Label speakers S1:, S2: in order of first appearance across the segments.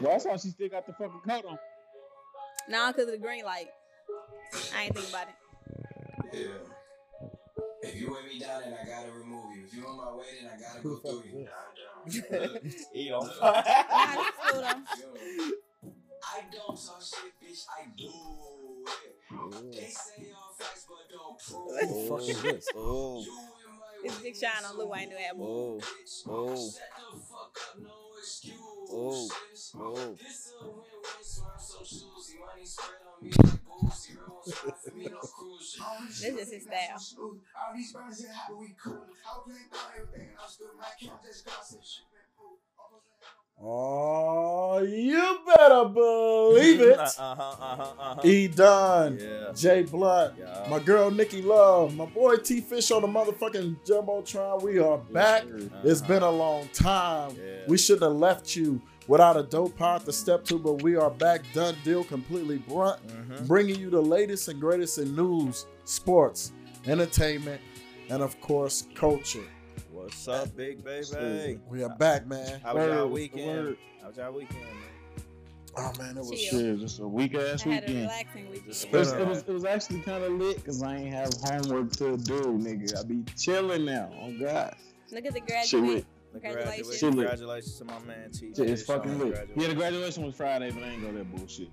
S1: Well, I saw she still got the fucking coat on.
S2: Nah, because of the green light. I ain't think about it.
S3: Yeah. If you weigh me down, then I gotta remove you. If you on my way, then I gotta go through you. Look,
S4: He on
S2: I
S4: fire.
S2: just told him.
S3: yo, I don't talk shit, bitch. I do it. They say all facts, but don't prove it.
S4: What the fuck is this? Oh,
S3: You in my
S2: It's
S3: way,
S2: Big Sean on Lil Wayne do have more.
S4: oh,
S3: bitch.
S4: oh,
S3: Shut the fuck up, no excuses.
S4: Oh. oh.
S3: This a win-win, so I'm so choosy. Money spread on me like boozy. Real ones ride for me, no cruise.
S2: This is his style.
S3: All these brothers in hot, but we cool. I play ball everything, and I'm still my count. Just gossip, shit, man. Ooh, almost like-
S5: Oh, you better believe it.
S4: Uh huh. Uh huh.
S1: uh-huh.
S4: Uh huh.
S5: E Don,
S4: Yeah.
S5: J Blood,
S4: Yeah.
S5: my girl Nikki Love, my boy T Fish on the motherfucking Jumbotron. We are back. It's been a long time.
S4: Yeah.
S5: We shouldn't have left you without a dope pod to step to, but we are back, done deal, completely brunt,
S4: Mhm.
S5: bringing you the latest and greatest in news, sports, entertainment, and of course, culture.
S4: What's up, big baby?
S5: We are back, man.
S4: How was y'all
S1: Word,
S4: weekend?
S1: word.
S4: How was y'all weekend, man?
S5: Oh man, it was
S2: Chill.
S1: Shit, just a weak ass
S2: I had a
S1: weekend.
S2: relaxing
S1: It was,
S2: weekend.
S4: Just-
S1: it, was, it was actually kind of lit because I ain't have homework to do, nigga. I be chilling now. Oh God,
S2: Look at the
S1: shit,
S2: graduate.
S1: lit.
S2: Congratulations.
S4: Congratulations, congratulations to my man T.
S1: shit is fucking lit. Yeah, the
S4: You,
S1: graduation was Friday, but I ain't go that bullshit.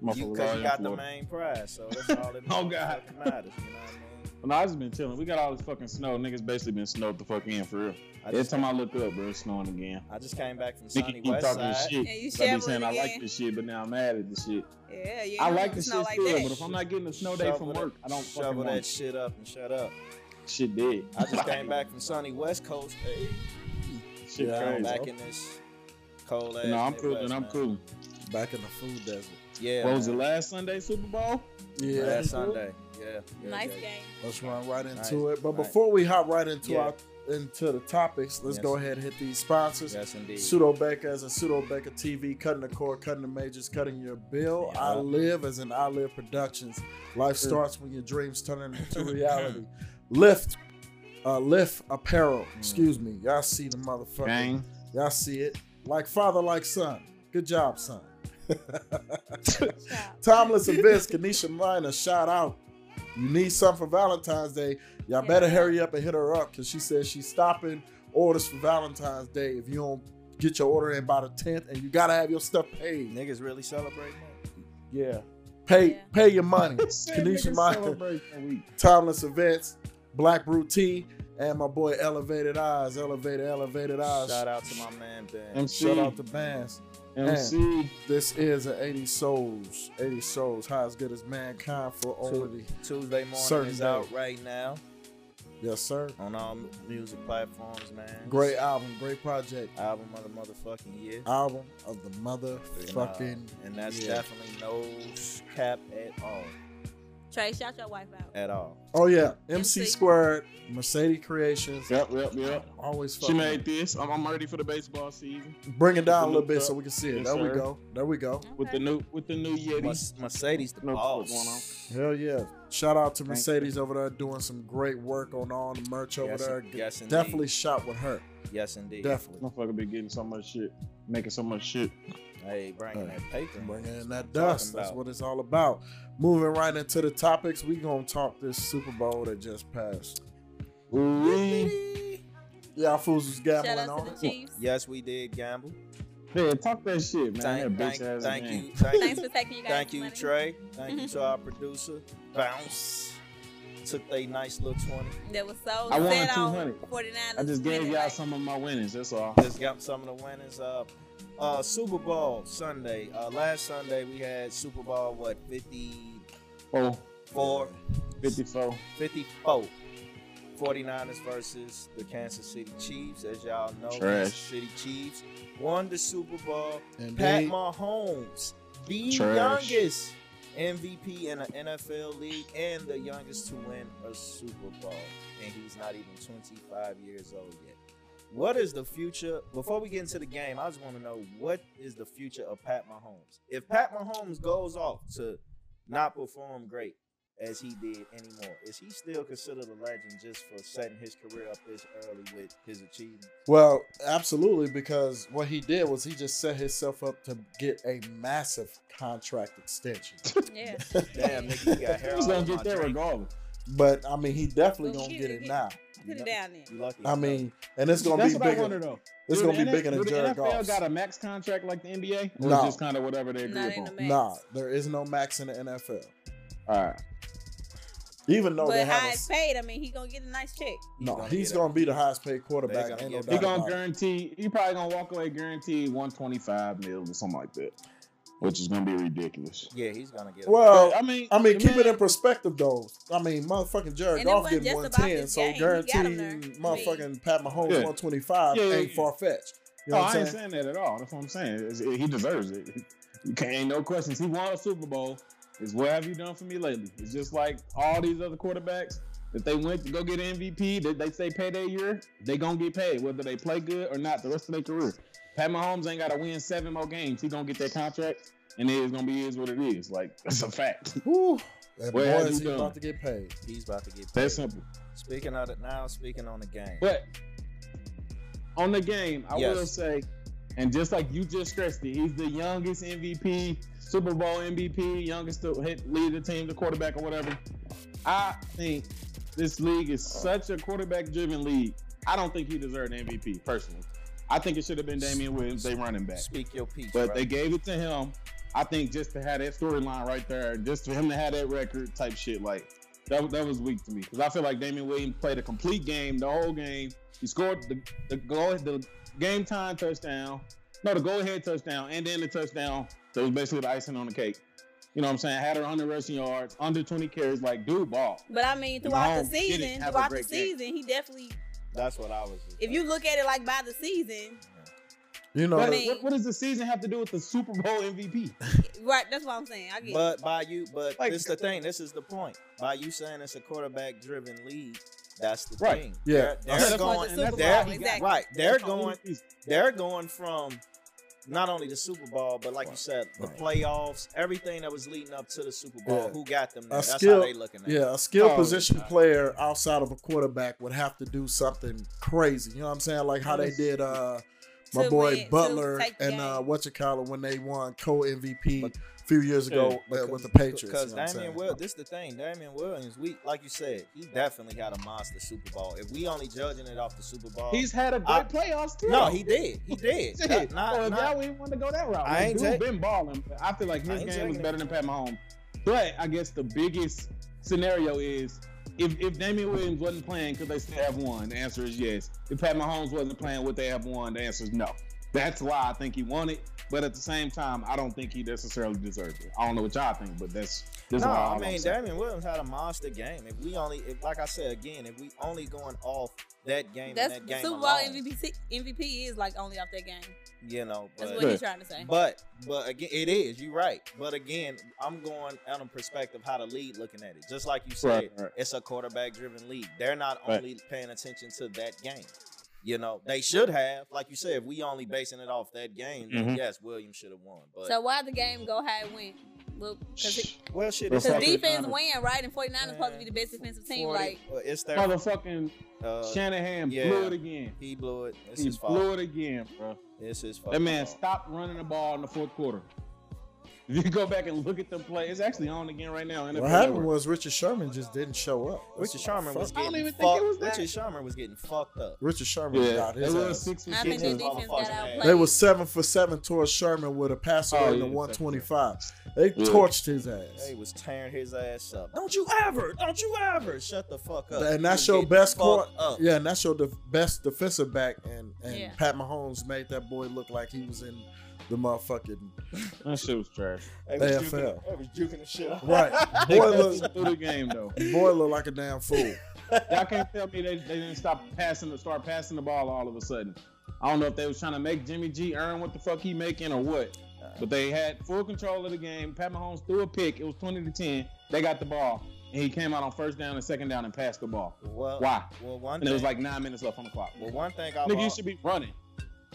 S1: My
S4: you
S1: fault, I was
S4: got
S1: in
S4: the
S1: Florida.
S4: main prize, so that's all that
S1: Oh,
S4: matters,
S1: God.
S4: that matters. You know what I mean?
S1: No, I just been chilling. We got all this fucking snow. Niggas basically been snowed the fuck in for real.
S4: I
S1: Every
S4: just,
S1: time I look up, bro, it's snowing again.
S4: I just came back from
S1: Nikki
S4: sunny
S1: keep
S4: West
S1: talking this
S4: Side.
S1: shit.
S2: Yeah, you
S1: I be
S2: shoveling
S1: saying I like
S2: again.
S1: this shit, but now I'm mad at this shit.
S2: Yeah, you
S1: I
S2: ain't
S1: like
S2: doing
S1: this
S2: snow
S1: shit
S2: like
S1: still,
S2: that.
S1: but if I'm not getting a snow day from
S4: Shovel that-
S1: work, I don't fucking
S4: shovel
S1: want
S4: that
S1: it.
S4: shit up and shut up.
S1: shit dead.
S4: I just came back from sunny West Coast. Hey,
S1: Shit
S5: Yeah,
S4: I'm
S1: crazy.
S4: back in this cold ass.
S1: no, I'm
S4: Midwest,
S1: cooling. I'm
S4: man.
S1: cooling.
S5: back in the food desert.
S4: Yeah.
S1: What was the
S4: man.
S1: last Sunday Super Bowl?
S5: Yeah,
S4: Last Sunday. Yeah. yeah,
S2: Nice
S4: yeah.
S2: game.
S5: Let's run right into
S4: Nice,
S5: it. But
S4: nice.
S5: before we hop right into
S4: Yeah.
S5: our into the topics, let's
S4: Yes.
S5: go ahead and hit these sponsors.
S4: Yes, indeed.
S5: Pseudo Becca as a Pseudo Becca TV, cutting the cord, cutting the majors, cutting your bill.
S4: Yeah.
S5: I live as an I live productions. Life starts when your dreams turn into reality. Lift, uh, Lift Apparel. Excuse me, y'all see the motherfucker.
S1: Gang.
S5: Y'all see it. Like father, like son. Good job, son.
S2: Stop.
S5: Tomless Events, Kanisha Minor, shout out. You need something for Valentine's Day. Y'all
S2: Yeah.
S5: better hurry up and hit her up because she says she's stopping orders for Valentine's Day. If you don't get your order in by the 10th, and you gotta have your stuff paid.
S4: Niggas really celebrating that.
S5: Yeah. Pay
S2: Yeah.
S5: pay your money.
S1: Said niggas
S5: Kanisha Minor.
S1: celebrate that week.
S5: Tomless Events, Black Brew Tea, and my boy Elevated Eyes. Elevated, Elevated Eyes.
S4: Shout out to my man Ben.
S1: MC.
S5: Shout out to bands.
S1: MC.
S5: This is an 80 Souls. 80 Souls. How as good as mankind for
S4: Two.
S5: only.
S4: Tuesday morning
S5: Certain
S4: is
S5: day.
S4: out right now
S5: Yes, sir.
S4: on all m- music platforms, man.
S5: Great album, great project.
S4: album of the motherfucking year.
S5: Album of the
S4: And, uh,
S5: motherfucking.
S4: and that's
S5: year.
S4: definitely no s- cap at all.
S2: Trey, shout your wife out.
S4: At all.
S5: Oh yeah, MC
S2: MC.
S5: Squared, Mercedes Creations.
S1: Yep, yep, yep.
S5: Always
S1: She
S5: fucking.
S1: made this. I'm, I'm ready for the baseball season
S5: Bring it down a little
S1: Look
S5: bit
S1: up.
S5: so we can see it.
S1: Yes,
S5: There we
S1: sir.
S5: go. There we go.
S1: with the new with the new Yeti.
S4: Mer- Mercedes the
S1: No,
S4: boss.
S1: what's going on?
S5: Hell yeah! Shout out to
S1: Thank
S5: Mercedes over there doing some great work on all the merch over
S4: Yes,
S5: there.
S4: yes, indeed.
S5: Definitely shop with her.
S4: Yes, indeed.
S5: Definitely.
S1: Motherfucker been getting so much shit, making so much shit.
S4: Hey, bringing
S5: Hey,
S4: that paper.
S5: Bring
S4: That's
S5: in
S4: what I'm
S5: that
S4: talking
S5: dust. That's
S4: about.
S5: what it's all about. Moving right into the topics, we gonna talk this Super Bowl that just passed.
S1: Ooh-wee.
S5: Y'all fools was
S2: Shout
S5: gambling
S2: out
S5: on
S2: to
S5: it.
S2: the Chiefs.
S4: Yes, we did gamble.
S1: Yeah, talk that shit, man.
S4: Thank,
S1: That bitch
S4: thank,
S1: ass
S4: thank
S1: game.
S4: you. Thank you.
S2: Thanks for taking you guys.
S4: Thank you,
S2: money.
S4: Trey. Thank you to our producer, Bounce. Took they nice little 20.
S2: That was so
S1: I won
S2: set on
S1: 200.
S2: 49.
S1: I just gave y'all some of my winnings. That's all.
S4: Just got some of the winners up. Uh, Super Bowl Sunday. Uh, last Sunday we had Super Bowl, what, 54?
S1: Oh, 54.
S4: 54. 49ers versus the Kansas City Chiefs. As y'all know,
S1: Trash.
S4: Kansas City Chiefs won the Super Bowl.
S5: And
S4: Pat
S5: they-
S4: Mahomes, the
S1: Trash.
S4: youngest MVP in an NFL league and the youngest to win a Super Bowl. And he's not even 25 years old yet. What is the future? Before we get into the game, I just want to know what is the future of Pat Mahomes? If Pat Mahomes goes off to not perform great as he did anymore? Is he still considered a legend just for setting his career up this early with his achievements?
S5: Well, absolutely, because what he did was he just set himself up to get a massive contract extension.
S2: Yeah.
S4: Damn, nigga, you got hair
S1: He's
S4: all
S1: gonna
S4: on my
S1: get there
S4: drink.
S1: regardless.
S5: But I mean, he definitely
S2: Well,
S5: gonna
S2: he-
S5: get it
S2: he-
S5: now.
S2: Put it down there.
S4: You lucky.
S5: I mean, and it's gonna
S1: That's
S5: be
S1: what I wonder
S5: bigger.
S1: though.
S5: It's
S1: Do
S5: gonna
S1: the
S5: be
S1: N-
S5: bigger than
S1: do
S5: Jared
S1: The NFL
S5: Goff's.
S1: got a max contract like the NBA, or
S5: No.
S1: it's just kind of whatever they agree
S2: Not in
S1: upon.
S2: the max.
S5: Nah, there is no max in the NFL.
S1: All right,
S5: Even though they
S2: but
S5: have,
S2: high
S5: a,
S2: paid, I mean, he gonna get a nice check.
S5: no,
S4: gonna
S5: he's
S4: get it.
S5: gonna be the highest paid quarterback.
S4: gonna get
S5: ain't no
S4: it.
S1: he
S5: doubt
S1: gonna
S5: about it.
S1: guarantee. He probably gonna walk away guaranteed one twenty five mil or something like that, which is gonna be ridiculous.
S4: yeah, he's gonna get.
S5: Well, Oh,
S1: But, I mean,
S5: I mean,
S1: the
S5: keep it
S1: man-
S5: in perspective though. I mean, motherfucking Jared
S2: And it
S5: Goff
S2: wasn't
S5: getting
S2: just
S5: one
S2: about
S5: ten,
S2: his
S5: so
S2: game. He got
S5: guaranteed,
S2: him there.
S5: motherfucking Pat Mahomes
S1: Yeah.
S5: one twenty five
S1: Yeah, yeah,
S5: ain't
S1: yeah.
S5: far fetched. You know
S1: no,
S5: what
S1: Oh, I
S5: I'm
S1: ain't
S5: saying?
S1: saying that at all. That's what I'm saying. It's- it- he deserves it. You can't, ain't no questions. He won a Super Bowl. It's what have you done for me lately? It's just like all these other quarterbacks. If they went to go get an MVP, they, they say pay their year, they gonna get paid whether they play good or not the rest of their career. Pat Mahomes ain't gotta win seven more games. He gonna get that contract, and it is gonna be is what it is. Like that's a fact.
S5: Whew. That
S1: Where have
S5: boy is
S1: you
S5: he
S1: done?
S5: about to get paid.
S4: He's about to get.
S1: That's
S4: paid.
S1: simple.
S4: Speaking of it now, speaking on the game.
S1: But on the game, I
S4: Yes.
S1: will say, and just like you just stressed it, he's the youngest MVP, Super Bowl MVP, youngest to hit, lead the team, the quarterback or whatever. I think this league is such a quarterback-driven league. I don't think he deserved an MVP personally. I think it should have been Damian Williams, they running back.
S4: Speak your piece.
S1: But
S4: bro.
S1: they gave it to him. I think just to have that storyline right there, just for him to have that record type shit, like that, that was weak to me because I feel like Damian Williams played a complete game, the whole game. He scored the the goal, the game time touchdown, no, the go ahead touchdown, and then the touchdown that was basically the icing on the cake. You know what I'm saying? Had her under rushing yards, under 20 carries, like dude ball.
S2: But I mean, throughout
S1: Mahomes
S2: the
S1: did it.
S2: season,
S1: Have a
S2: throughout the
S1: great game.
S2: season, he definitely.
S4: That's what I was.
S2: If you look at it like by the season,
S5: You know,
S1: What,
S2: I mean-
S1: what, what does the season have to do with the Super Bowl MVP?
S2: right? That's what I'm saying. I get. it.
S4: But by you, but
S1: Like-
S4: this is the thing. This is the point. By you saying it's a quarterback-driven league, that's the
S1: Right.
S4: thing.
S5: Yeah.
S4: they're,
S1: Yeah,
S4: they're
S1: that's why-
S4: going.
S1: and that's
S4: they're-
S1: why he
S2: got it.
S4: right. They're
S1: That's all
S4: going.
S1: it is.
S4: They're going from not only the Super Bowl, but like you said, the
S5: Right.
S4: playoffs, everything that was leading up to the Super Bowl.
S5: Yeah.
S4: Who got them? There.
S5: A
S4: That's
S5: skill-
S4: how they looking at. it.
S5: yeah, a skilled
S1: Oh,
S5: position
S1: yeah.
S5: player outside of a quarterback would have to do something crazy. You know what I'm saying? Like how they
S1: Yes.
S5: did uh my
S2: To
S5: boy
S2: win- to
S5: Butler
S2: take the
S5: and uh
S2: game.
S5: what you call it when they won co MVP a
S4: But-
S5: few years ago uh, with the
S4: Because
S5: Patriots. you know what I'm
S4: Damian
S5: saying?
S4: Will, this is the thing. Damian Williams, we like you said, he definitely had a monster Super Bowl. If we only judging it off the Super Bowl,
S1: He's had a great
S4: I-
S1: playoffs too.
S4: no, he did, he did.
S1: Shit.
S4: Not- not-
S1: well, if
S4: not-
S1: y'all even want to go that route,
S4: I
S1: I
S4: ain't
S1: dude
S4: take-
S1: been balling. But I feel like
S4: I
S1: his
S4: ain't
S1: game was
S4: taking
S1: better than Pat Mahomes. But I guess the biggest scenario is if if Damian Williams wasn't playing, could they still have won? The answer is yes. If Pat Mahomes wasn't playing, would they have won? The answer is no. That's why I think he won it. But at the same time, I don't think he necessarily deserved it. I don't know what y'all think, but that's that's
S4: no,
S1: what all
S4: I
S1: I'm
S4: mean
S1: saying.
S4: Damian Williams had a monster game. If we only, if like I said again, if we only going off that game,
S2: That's
S4: and that game
S2: Super Bowl
S4: alone,
S2: MVP. MVP is like only off that game.
S4: you know.
S2: That's
S4: but-
S2: what he's trying to say.
S4: But but again, it is. You're right. But again, I'm going out of perspective how the lead looking at it. Just like you said,
S1: Right, right.
S4: it's a quarterback driven league. They're not
S1: Right.
S4: only paying attention to that game. You know, they should have. Like you said, if we only basing it off that game, then
S1: Mhm.
S4: yes, Williams should have won. But
S2: so why the game go how it went? Well, because
S4: well, shit,
S1: That's
S4: it's
S1: how-
S2: defense
S1: Niners.
S2: win, right? And 49 is supposed to be the best defensive team.
S4: 40
S2: Like,
S4: well, it's their.
S1: Motherfucking
S4: uh,
S1: Shanahan
S4: yeah.
S1: blew it again.
S4: he blew it. It's
S1: he
S4: his fault.
S1: blew it again, bro.
S4: It's his fault.
S1: That man stopped running the ball in the fourth quarter. If you go back and look at the play, it's actually on again right now. NFL
S5: What happened
S1: Network.
S5: was Richard Sherman just didn't show up. That's
S4: Richard
S5: what
S4: Sherman was
S5: fuck-
S1: I don't
S4: getting
S1: even think it
S4: fucked.
S1: was that.
S4: Richard Sherman was getting fucked up.
S5: Richard Sherman
S1: yeah,
S5: got
S1: they
S5: his
S1: were
S5: ass.
S1: six for
S2: I think
S1: six.
S2: their
S4: Jesus,
S2: defense
S4: motherfucking
S2: got outplayed.
S4: ass.
S5: They were seven for seven towards Sherman with a pass
S1: Oh,
S5: rating
S1: yeah,
S5: of
S1: exactly.
S5: 125. They
S1: Yeah.
S5: torched his ass.
S4: They was tearing his ass up. Don't you ever, don't you ever shut the fuck up.
S5: And that's
S4: You
S5: your
S4: get
S5: best
S4: fucked
S5: court.
S4: up.
S5: Yeah, and that's your def- best defensive back. And, and
S2: Yeah.
S5: Pat Mahomes made that boy look like he was in the motherfucking
S1: That shit was trash.
S4: They was
S5: AFL.
S4: juking- They was juking the shit out.
S5: right.
S1: They
S5: Boy
S1: threw
S5: look,
S1: the game though.
S5: boy look like a damn fool.
S1: Y'all can't tell me they, they didn't stop passing, start passing the ball all of a sudden. I don't know if they was trying to make Jimmy G earn what the fuck he making or what, but they had full control of the game. Pat Mahomes threw a pick. It was twenty to ten. They got the ball, and he came out on first down and second down and passed the ball.
S4: Well,
S1: Why?
S4: Well, one
S1: And it was
S4: thing.
S1: like nine minutes left on the clock.
S4: Well, one thing I.
S1: Nigga, you should be running.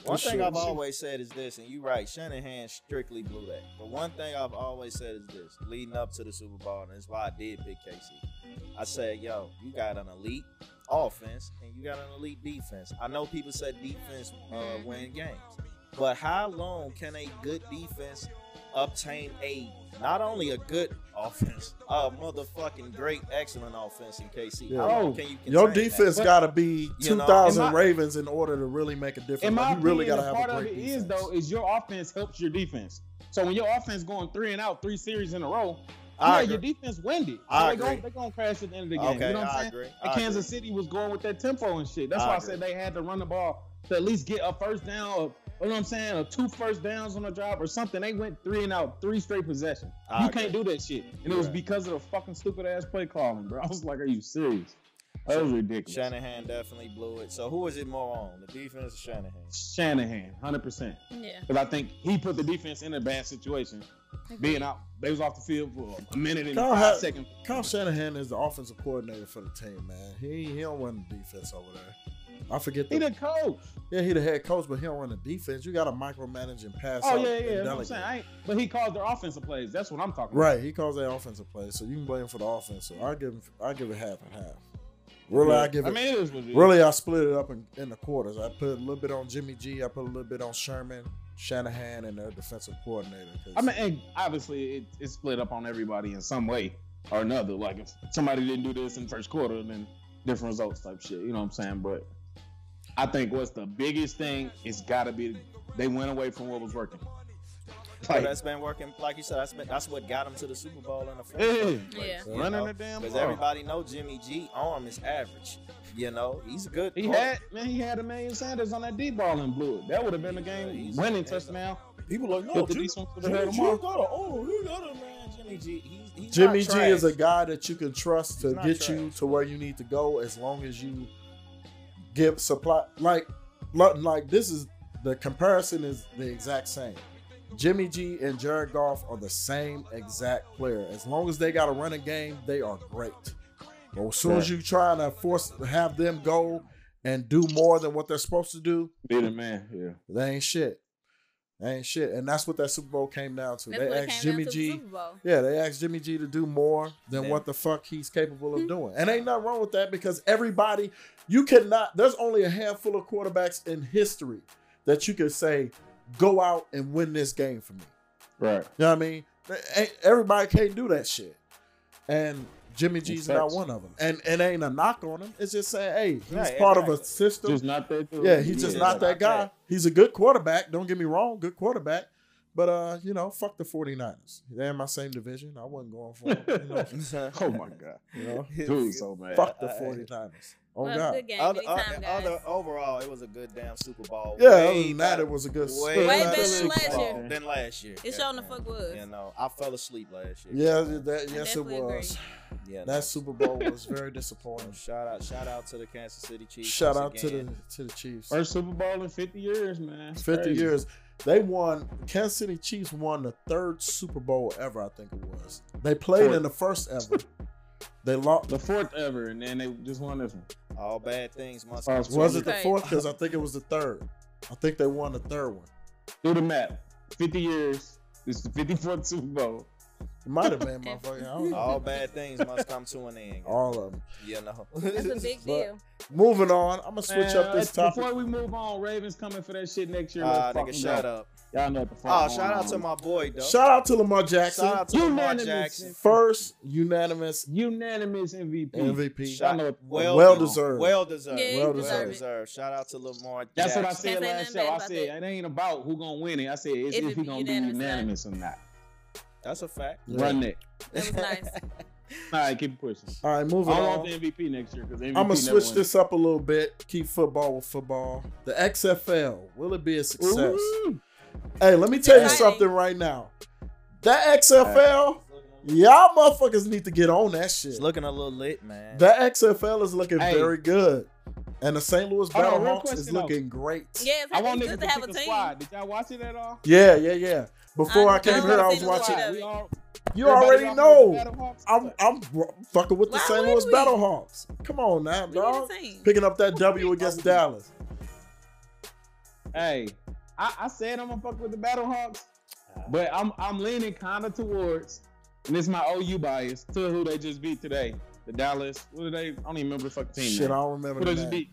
S4: One thing
S5: sure.
S4: I've always said is this, and you're right, Shanahan strictly blew that. But one thing I've always said is this, leading up to the Super Bowl, and that's why I did pick KC. I said, yo, you got an elite offense and you got an elite defense. I know people say defense uh, win games, but how long can a good defense obtain a not only a good offense, a motherfucking great, excellent offense in KC? How
S5: Yeah.
S4: long can you
S5: Your
S4: contain that?
S5: defense got to be
S4: You know,
S5: 2,000
S1: in my-
S5: Ravens in order to really make a difference.
S1: In my
S5: Like, you really got
S1: opinion,
S5: to
S1: the
S5: have
S1: part
S5: a
S1: of
S5: great
S1: it
S5: defense.
S1: is though is your offense helps your defense. So when your offense going three and out three series in a row,
S4: I
S1: yeah, your
S4: agree.
S1: defense winded. So
S4: I
S1: they going
S4: agree.
S1: they gonna crash at the end of the game.
S4: Okay,
S1: you know what I'm
S4: I
S1: saying?
S4: agree.
S1: And
S4: I agree.
S1: Kansas City was going with that tempo and shit. That's
S4: I
S1: why I
S4: agree.
S1: said they had to run the ball to at least get a first down, or, you know what I'm saying, or two first downs on a drive or something. They went three and out, three straight possessions.
S4: I
S1: you
S4: agree.
S1: can't do that shit. And it was
S4: Right.
S1: because of the fucking stupid ass play calling, bro. I was like, are you serious? That was ridiculous.
S4: Shanahan definitely blew it. So who is it more on, the defense or Shanahan?
S1: Shanahan, 100%.
S2: Yeah.
S1: Because I think he put the defense in a bad situation. Being out, they was off the field for a minute and
S5: Kyle
S1: five
S5: had-
S1: seconds.
S5: Kyle Shanahan is the offensive coordinator for the team, man. He he don't run the defense over there. I forget
S1: He
S5: the,
S1: the coach.
S5: yeah he the head coach, but he don't run the defense. You got to micromanage and pass.
S1: Oh
S5: out
S1: yeah, yeah.
S5: and
S1: you know what I'm
S5: delegate.
S1: saying, I ain't, but he calls their offensive plays. That's what I'm talking
S5: Right, he calls that offensive play, so you can blame him for the offense. So I give him, I give it half and half. Really, I give
S1: about.
S5: it.
S1: I mean, it is what it is.
S5: really, I split it up in, in the quarters. I put a little bit on Jimmy G. I put a little bit on Sherman, Shanahan, and their defensive coordinator. 'cause-
S1: I mean, and obviously, it, it's split up on everybody in some way or another. Like if somebody didn't do this in the first quarter, then different results type shit. You know what I'm saying? But I think what's the biggest thing? It's got to be they went away from what was working.
S4: But
S1: Like
S4: that's been working, like you said. That's been, that's what got him to the Super Bowl in the first
S1: Yeah.
S4: place.
S2: Yeah.
S4: you
S1: running
S4: know?
S1: the damn
S4: Because
S1: ball.
S4: everybody know Jimmy G arm is average. You know he's a good.
S1: He
S4: quarter-
S1: had man, he had a million Sanders on that deep ball and blew it. That would have been a game winning touchdown.
S5: people like,
S1: Put the defense for the hell tomorrow.
S4: got a, oh, he got a man, Jimmy G. He's, he's
S5: Jimmy
S4: not
S5: G
S4: trash.
S5: is a guy that you can trust to
S4: He's not
S5: get you
S4: trash.
S5: to where you need to go as long as you give supply like like- like this is the comparison is the exact same. Jimmy G and Jared Goff are the same exact player. As long as they got a running game, they are great. But as soon as you try to force have them go and do more than what they're supposed to do,
S1: Be the man. Yeah.
S5: they ain't shit. They ain't shit. And that's what that Super Bowl came down to.
S2: That's
S5: they
S2: what it
S5: asked
S2: came down
S5: Jimmy
S2: to the
S5: G.
S2: Super Bowl.
S5: Yeah, they asked Jimmy G to do more than
S4: Yeah.
S5: what the fuck he's capable of doing. And ain't nothing wrong with that because everybody, you cannot, there's only a handful of quarterbacks in history that you could say, go out and win this game for me.
S1: Right.
S5: You know what I mean? Ain't- Everybody can't do that shit. And Jimmy G's not
S1: facts.
S5: one of them. And it ain't a knock on him. It's just saying, hey, he's
S4: Right,
S5: part of a
S4: exactly.
S5: system.
S1: Just not that. dude.
S5: Yeah, he's just
S4: Yeah,
S5: not
S4: not
S5: that guy.
S4: that.
S5: He's a good quarterback. Don't get me wrong, good quarterback. But uh, you know, fuck the 49ers. They're in my same division. I wasn't going for them. You know,
S1: Oh my god,
S5: you know?
S1: dude, he's so bad.
S5: fuck the
S4: I-
S5: 49ers. Oh
S2: Well,
S5: god.
S2: good game.
S4: Other,
S2: Big
S4: other,
S2: time, guys.
S4: other, overall, it was a good damn Super Bowl. Way
S5: Yeah, other than that,
S4: better-
S5: it was a good
S4: way,
S2: Way
S4: better
S2: better than
S4: Super
S2: last
S4: Bowl
S2: year.
S4: Than last year.
S2: It sure the fuck was.
S4: You know, I fell asleep last year.
S5: Yeah, that, yes, it
S2: definitely
S5: was.
S4: yeah.
S5: That Super Bowl was very disappointing.
S4: Shout out, shout out to the Kansas City Chiefs.
S5: Shout
S4: once
S5: out to the
S4: again.
S5: to the Chiefs.
S1: First Super Bowl in 50 years, man. It's
S5: 50
S1: crazy.
S5: years. They won. Kansas City Chiefs won the third Super Bowl ever. I think it was. They played
S1: Fourth.
S5: in the first ever. They lost.
S1: The fourth ever, and then they just won this one.
S4: all bad things must.
S1: Oh,
S4: come
S1: it's
S4: to
S1: one-
S5: Was it the
S2: Okay.
S5: fourth? Because I think it was the third. I think they won the third one.
S1: Do the math. 50 years. This is the 54th Super Bowl.
S5: It might have been motherfucker. I don't know.
S4: All bad things must come to an end.
S5: All of them.
S4: You know.
S2: That's a big deal.
S5: Moving on. I'm gonna switch
S1: Man,
S5: up this
S1: let's-
S5: topic.
S1: Before we move on, Ravens coming for that shit next year.
S4: Ah,
S1: Let's
S4: nigga,
S1: fucking
S4: shut
S1: go.
S4: up.
S1: Y'all know what the fuck.
S5: Ah,
S4: Oh,
S1: going
S4: shout out
S1: on.
S4: to my boy though.
S5: Shout out to Lamar Jackson.
S4: Shout out to Lamar
S1: Unanimous.
S4: Jackson.
S5: First unanimous
S1: unanimous MVP.
S5: MVP.
S1: Y'all know what-
S4: Well,
S5: Well
S4: deserved.
S5: deserved.
S4: Well deserved.
S2: Yeah, he
S5: Well
S4: well
S5: deserved.
S4: deserved. Shout out to Lamar.
S1: That's what I
S4: Jackson.
S1: said
S2: Can't say
S1: last
S2: nothing
S1: show. I
S2: bad
S1: said
S2: about
S1: it ain't about who gonna win it. I said it's
S2: If
S1: if,
S2: it
S1: he
S2: be
S1: gonna be
S2: unanimous,
S1: unanimous or not.
S4: That's a fact.
S5: Yeah.
S1: Run that.
S2: That was nice.
S1: All right, keep pushing.
S5: All right,
S1: I
S5: moving
S1: want
S5: on.
S1: the MVP next year because
S5: I'm gonna switch this up a little bit. Keep football with football. The XFL. Will it be a success? Hey, let me tell you
S2: Exciting.
S5: something right now. That XFL, y'all motherfuckers need to get on that shit.
S4: It's looking a little lit, man.
S5: That XFL is looking
S1: Hey.
S5: very good. And the St. Louis
S1: Hold on, real
S5: Battlehawks is
S1: question, though.
S5: looking great.
S2: Yeah, it's
S1: I want
S2: good
S1: niggas
S2: to
S1: to
S2: have
S1: pick
S2: a
S1: a
S2: team.
S1: squad. Did y'all watch it at all?
S5: Yeah, yeah, yeah. Before I,
S2: I-
S5: came
S2: I
S5: here, I
S2: love
S5: was
S2: St. Louis.
S5: watching.
S2: it.
S1: We all-
S5: You
S1: everybody
S5: already
S1: rocking with
S5: know.
S1: the Battlehawks?
S5: I'm, I'm r- fucking with the
S2: Why
S5: St.
S2: would
S5: Louis
S2: we?
S5: Battlehawks. Come on now,
S2: We need a
S5: dog.
S2: team.
S5: Picking up that W against Dallas.
S1: Hey, I, I said I'm gonna fuck with the Battlehawks, but I'm I'm leaning kind of towards, and it's my OU bias to who they just beat today. The Dallas. What did they? I don't even remember the fucking team.
S5: Shit,
S1: name.
S5: I don't remember
S1: Who they
S5: the
S1: just
S5: name.
S1: beat?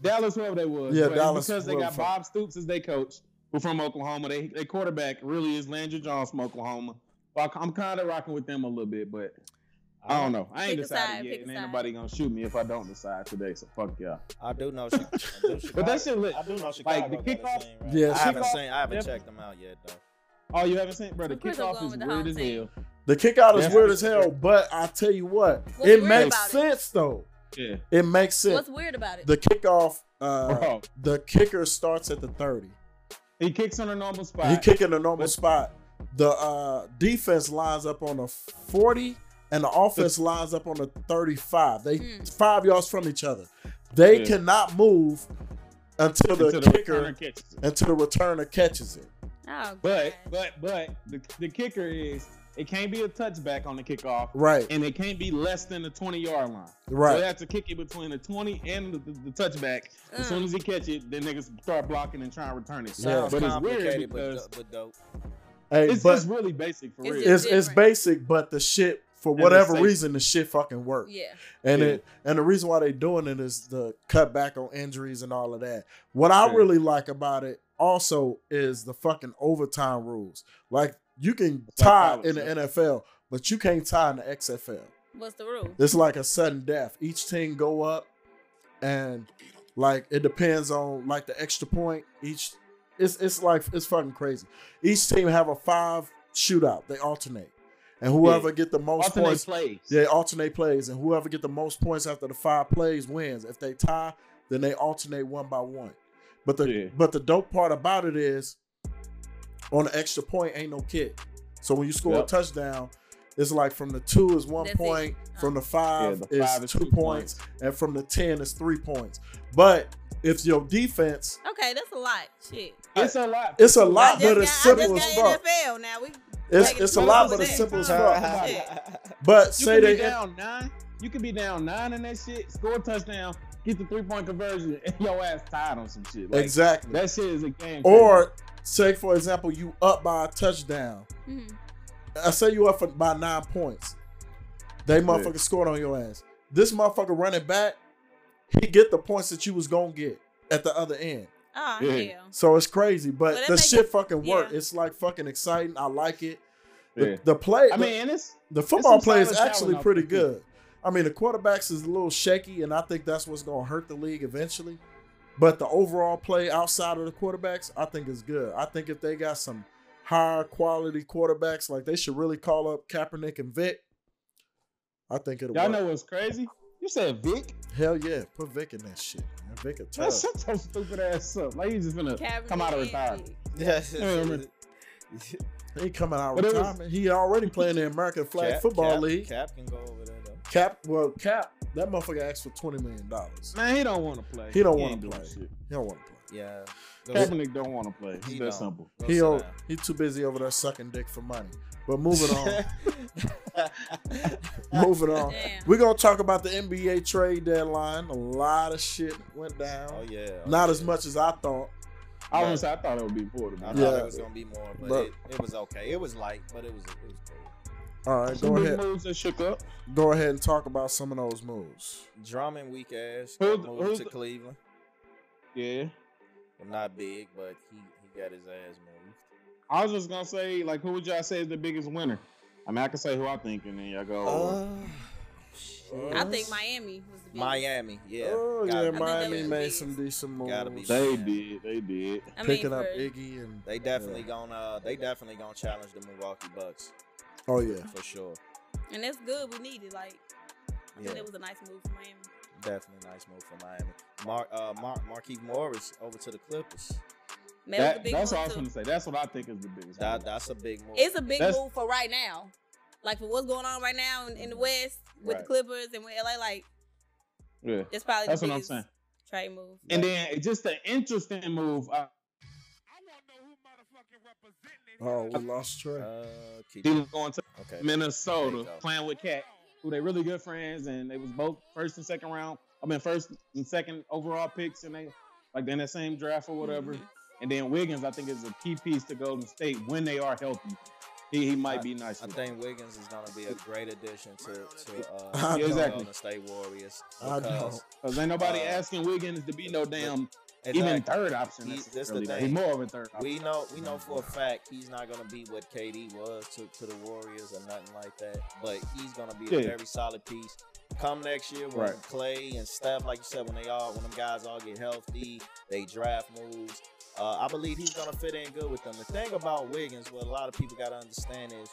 S1: Dallas, whoever they was.
S5: Yeah,
S1: But it's
S5: Dallas,
S1: Because they
S5: whoever
S1: got
S5: from-
S1: Bob Stoops as their coach, who from Oklahoma. They their quarterback really is Landry Jones from Oklahoma. So I- I'm kind of rocking with them a little bit, but I don't know. I ain't
S2: Pick a
S1: decided
S2: side,
S1: yet,
S2: pick a
S1: and ain't
S2: side.
S1: nobody gonna shoot me if I don't decide today. So fuck y'all.
S4: I do know. Chi- I do
S1: But
S4: Chicago-
S1: that shit lit.
S4: I do know Chicago. got a
S1: kickoff-
S4: team, right?
S5: Yeah,
S4: I haven't
S1: kickoff-
S4: seen. I haven't
S1: Yep.
S4: checked them out yet though.
S1: Oh, you haven't seen, bro? The
S2: Of course I'm
S1: kickoff
S2: going
S1: is
S2: with the
S1: weird
S2: home
S1: as
S2: team.
S1: hell.
S5: The kickout is
S1: Yeah.
S5: weird as hell, but I tell you what,
S2: What's weird
S5: it makes
S2: about it?
S5: sense though.
S1: Yeah,
S5: It makes sense.
S2: What's weird about it?
S5: The kickoff, uh,
S1: bro.
S5: the kicker starts at the thirty.
S1: He kicks on a normal spot.
S5: He kick in the normal
S1: But-
S5: spot. The uh, defense lines up on the forty, and the offense lines up on the thirty-five. They
S2: Mm.
S5: five yards from each other. They
S1: Yeah.
S5: cannot move until the,
S1: until
S5: kicker
S1: returner catches it.
S5: until the returner catches it.
S2: oh,
S1: But
S2: God.
S1: but but the, the kicker is it can't be a touchback on the kickoff,
S5: Right,
S1: and it can't be less than the twenty yard line. So they
S5: right.
S1: have to kick it between the twenty and the, the, the touchback. As
S2: Mm.
S1: soon as he catch it, then niggas start blocking and try and return it.
S5: Yeah.
S4: Sounds
S1: But it's weird
S4: complicated, but,
S1: because
S4: do- but dope.
S5: Hey,
S1: it's
S5: but
S1: just really basic for
S2: It's
S1: real.
S5: it's,
S2: just-
S5: it's
S2: different.
S5: basic, but the shit for
S1: And it's
S5: whatever
S1: safe.
S5: reason the shit fucking works.
S2: yeah,
S5: And
S1: Yeah.
S5: it and the reason why they doing it is the cut back on injuries and all of that. What I
S1: Yeah.
S5: really like about it also is the fucking overtime rules. Like you can tie
S1: college,
S5: in the
S1: yeah.
S5: NFL, but you can't tie in the XFL.
S2: what's the rule?
S5: It's like a sudden death. Each team go up and like it depends on like the extra point. Each it's it's like it's fucking crazy. Each team have a five shootout. They alternate. And whoever get the most
S1: alternate
S5: points
S1: plays.
S5: they alternate plays, and whoever get the most points after the five plays wins. If they tie, then they alternate one by one. But the
S1: Yeah.
S5: but the dope part about it is, on the extra point, ain't no kick. So when you score
S1: Yep.
S5: a touchdown, it's like from the two is one
S2: That's it.
S5: point,
S1: Uh-huh.
S5: from the five,
S1: Yeah, the five
S5: is, two points, and from the ten is three points. But if your defense,
S2: Okay, that's a lot. Shit.
S1: It's a lot.
S5: it's a
S2: I
S5: lot,
S2: just
S5: but
S2: got,
S5: it's simple
S2: I
S5: as
S2: just got
S5: fuck.
S2: NFL now. We
S5: It's
S2: Like,
S5: it's a
S2: what
S5: lot,
S2: was
S5: but it's
S2: that?
S5: simple as fuck.
S4: Shit.
S5: But
S1: You
S5: say
S1: could be
S5: they
S1: down nine. You could be down nine in that shit. Score a touchdown, get the three point conversion, and your ass tied on some shit. Like,
S5: exactly.
S1: That shit is a game. changer.
S5: Or say, for example, you up by a touchdown.
S2: Mhm.
S5: I say you up for, by nine points. They motherfucker scored on your ass. This motherfucker running back, he get the points that you was gonna get at the other end.
S2: oh
S1: Yeah.
S2: hell.
S5: So it's crazy,
S2: Well,
S5: but
S2: that
S5: the
S2: make
S5: shit
S2: it-
S5: fucking work.
S2: yeah.
S5: It's like fucking exciting. I like it. The,
S1: Yeah.
S5: the play,
S1: I mean, and it's
S5: the, the football
S1: it's some
S5: play is
S1: solid talent
S5: actually
S1: out
S5: pretty
S1: there, too.
S5: good. I mean, the quarterbacks is a little shaky, and I think that's what's gonna hurt the league eventually. But the overall play outside of the quarterbacks, I think is good. I think if they got some higher quality quarterbacks, like they should really call up Kaepernick and Vic. I think it'll
S1: y'all
S5: work.
S1: know what's crazy. You said Vic.
S5: Hell yeah, put Vic in that shit. Man. Vic a
S1: Man,
S5: tough.
S1: shut your stupid ass up. Like you just gonna
S2: Cabinet
S1: come out of
S2: and
S1: retirement.
S2: shit.
S5: He coming out
S1: But it was-
S5: retirement. he already playing the American Flag
S4: Cap-
S5: Football
S4: Cap-
S5: League. Cap.
S4: Cap can go over there though.
S5: well, Cap, that motherfucker asked for twenty million dollars.
S1: Man, he don't want to play.
S5: He don't wanna
S1: ain't doing
S5: play.
S1: shit.
S5: He don't want to play.
S4: Yeah. Go-
S1: Kaepernick don't want to play. It's
S4: He
S1: that
S4: don't.
S1: simple.
S4: go
S5: He
S4: sit
S5: don't,
S4: down.
S5: he too busy over there sucking dick for money. But moving on, moving on.
S2: Damn.
S5: We're gonna talk about the NBA trade deadline. A lot of shit went down.
S4: oh yeah. oh,
S5: Not as
S4: yeah.
S5: much as I thought.
S1: I
S4: Yeah.
S1: was. I thought it would be poor to be.
S4: I
S1: honest.
S5: Yeah.
S4: thought it was gonna be more, but,
S5: But-
S4: it, it was okay. It was light, but it was it was cool.
S5: All right,
S1: Some
S5: go
S1: big
S5: ahead.
S1: moves that shook up.
S5: Go ahead and talk about some of those moves.
S4: Drummond weak ass
S1: Who's-
S4: got moved
S1: who's
S4: to
S1: the-
S4: Cleveland.
S1: Yeah.
S4: Well, not big, but he he got his ass moved.
S1: I was just gonna say, like, who would y'all say is the biggest winner? I mean, I can say who I think, and then y'all go.
S2: I think Miami was the biggest.
S4: Miami, yeah.
S5: oh
S4: gotta
S5: yeah,
S4: be.
S2: that was
S5: Miami
S2: the
S5: made
S2: biggest.
S5: some decent moves.
S4: Gotta be the
S1: they
S4: Yeah.
S1: did. They did.
S2: I mean,
S5: Picking up
S2: for-
S5: Iggy and
S4: They definitely gonna uh, they definitely gonna challenge the Milwaukee Bucks
S5: Oh yeah,
S4: for sure.
S2: and that's good. We need it. Like, I
S4: Yeah,
S2: think it was a nice move for Miami.
S4: definitely nice move for Miami. Mark uh Mark Marquise Morris over to the Clippers.
S2: That, was a
S1: That,
S2: big
S1: that's
S2: move
S1: what I was
S2: too.
S1: gonna say. That's what I think is the biggest.
S4: That
S1: winner.
S4: that's a big move.
S2: It's a big
S1: That's-
S2: move for right now. Like for what's going on right now in, in the West with
S1: Right.
S2: the Clippers and with LA, like
S1: yeah.
S2: it's probably
S1: That's
S2: the
S1: what I'm
S2: biggest
S1: saying.
S2: trade move.
S1: And then it- just an interesting move. Uh,
S5: oh we lost track.
S4: uh, keep,
S1: he was going to
S4: okay. There you
S1: Minnesota
S4: go.
S1: playing with Cat, who they really good friends, and they was both first and
S4: Mm-hmm.
S1: second round. I mean, first and second overall picks, and they like they in that same draft or whatever.
S2: Mhm.
S1: And then Wiggins, I think, is a key piece to Golden State when they are healthy. He, he might be nice.
S4: I
S1: with it.
S4: think Wiggins is gonna be a great addition to to
S5: I
S4: uh,
S5: know.
S4: the Golden State Warriors.
S5: I know.
S4: because-
S1: Cause ain't nobody
S4: Uh,
S1: asking Wiggins to be no damn even
S4: Exactly.
S1: third option.
S4: He- that's the
S1: necessarily.
S4: thing.
S1: He's more of a third. Option.
S4: We know we know for a fact he's not gonna be what KD was to, to the Warriors or nothing like that. But he's gonna be a
S1: Yeah.
S4: very solid piece. Come next year when
S1: Right.
S4: Clay and Steph, like you said, when they all when them guys all get healthy, they draft moves. Uh, I believe he's gonna fit in good with them. The thing about Wiggins, what a lot of people gotta understand is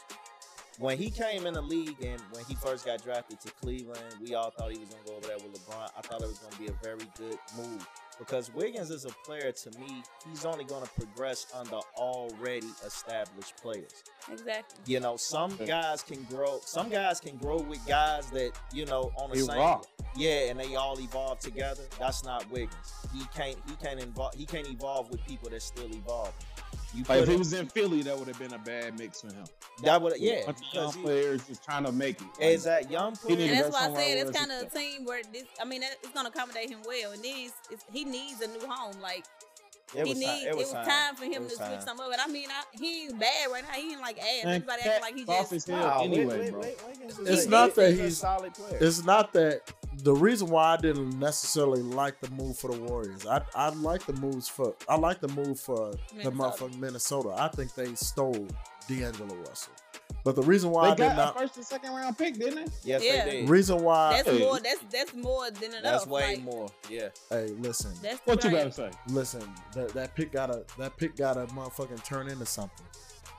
S4: when he came in the league and when he first got drafted to Cleveland, we all thought he was gonna go over there with LeBron. I thought it was gonna be a very good move because Wiggins is a player to me. He's only gonna progress under already established players.
S2: Exactly.
S4: You know, some guys can grow. Some guys can grow with guys that you know on the
S1: He
S4: same.
S1: raw.
S4: Yeah, and they all evolve together. That's not Wiggins. He can't. He can't involve. He can't evolve with people that still evolve. You
S1: Like if
S4: put
S1: he
S4: him-
S1: was in Philly, that would have been a bad mix for him.
S4: that would yeah.
S1: bunch of young
S4: because he-
S1: players just trying to make it. Like,
S4: Is that young
S1: He
S4: player?
S1: need
S2: And
S1: to
S2: that's
S1: go
S2: why I
S1: somewhere
S2: said
S1: where
S2: it's
S1: it's
S2: kind of a
S1: just-
S2: team where this. I mean, that, it's gonna accommodate him well, and then he's, it's, he needs a new home. Like
S4: It
S2: he
S4: was,
S2: need,
S4: time. It was time,
S2: for him
S4: was
S2: to
S4: time.
S2: switch some of it. I mean, I, he ain't bad right now. He ain't like ass.
S1: Man,
S2: Everybody
S1: Cat
S2: acting like he
S1: off
S2: just.
S1: his head
S4: Nah,
S1: anyway,
S4: Wig-
S1: bro.
S4: Wig- Wiggins is
S5: It's
S4: a-
S5: not that
S4: a
S5: he's-
S4: solid player.
S5: It's not that the reason why I didn't necessarily like the move for the Warriors. I I like the moves for I like the move for the
S2: Minnesota.
S5: motherfucking Minnesota. I think they stole D'Angelo Russell. But the reason why
S1: They
S5: I did
S1: got a
S5: not
S1: first and second round pick, didn't they?
S4: yes,
S2: Yeah.
S4: they did.
S5: reason why
S2: That's more. That's that's more than enough.
S4: That's way
S2: like,
S4: more. Yeah,
S5: hey listen
S2: That's
S1: What you
S2: right.
S1: gotta say?
S5: listen that, that pick gotta that pick gotta motherfucking turn into something.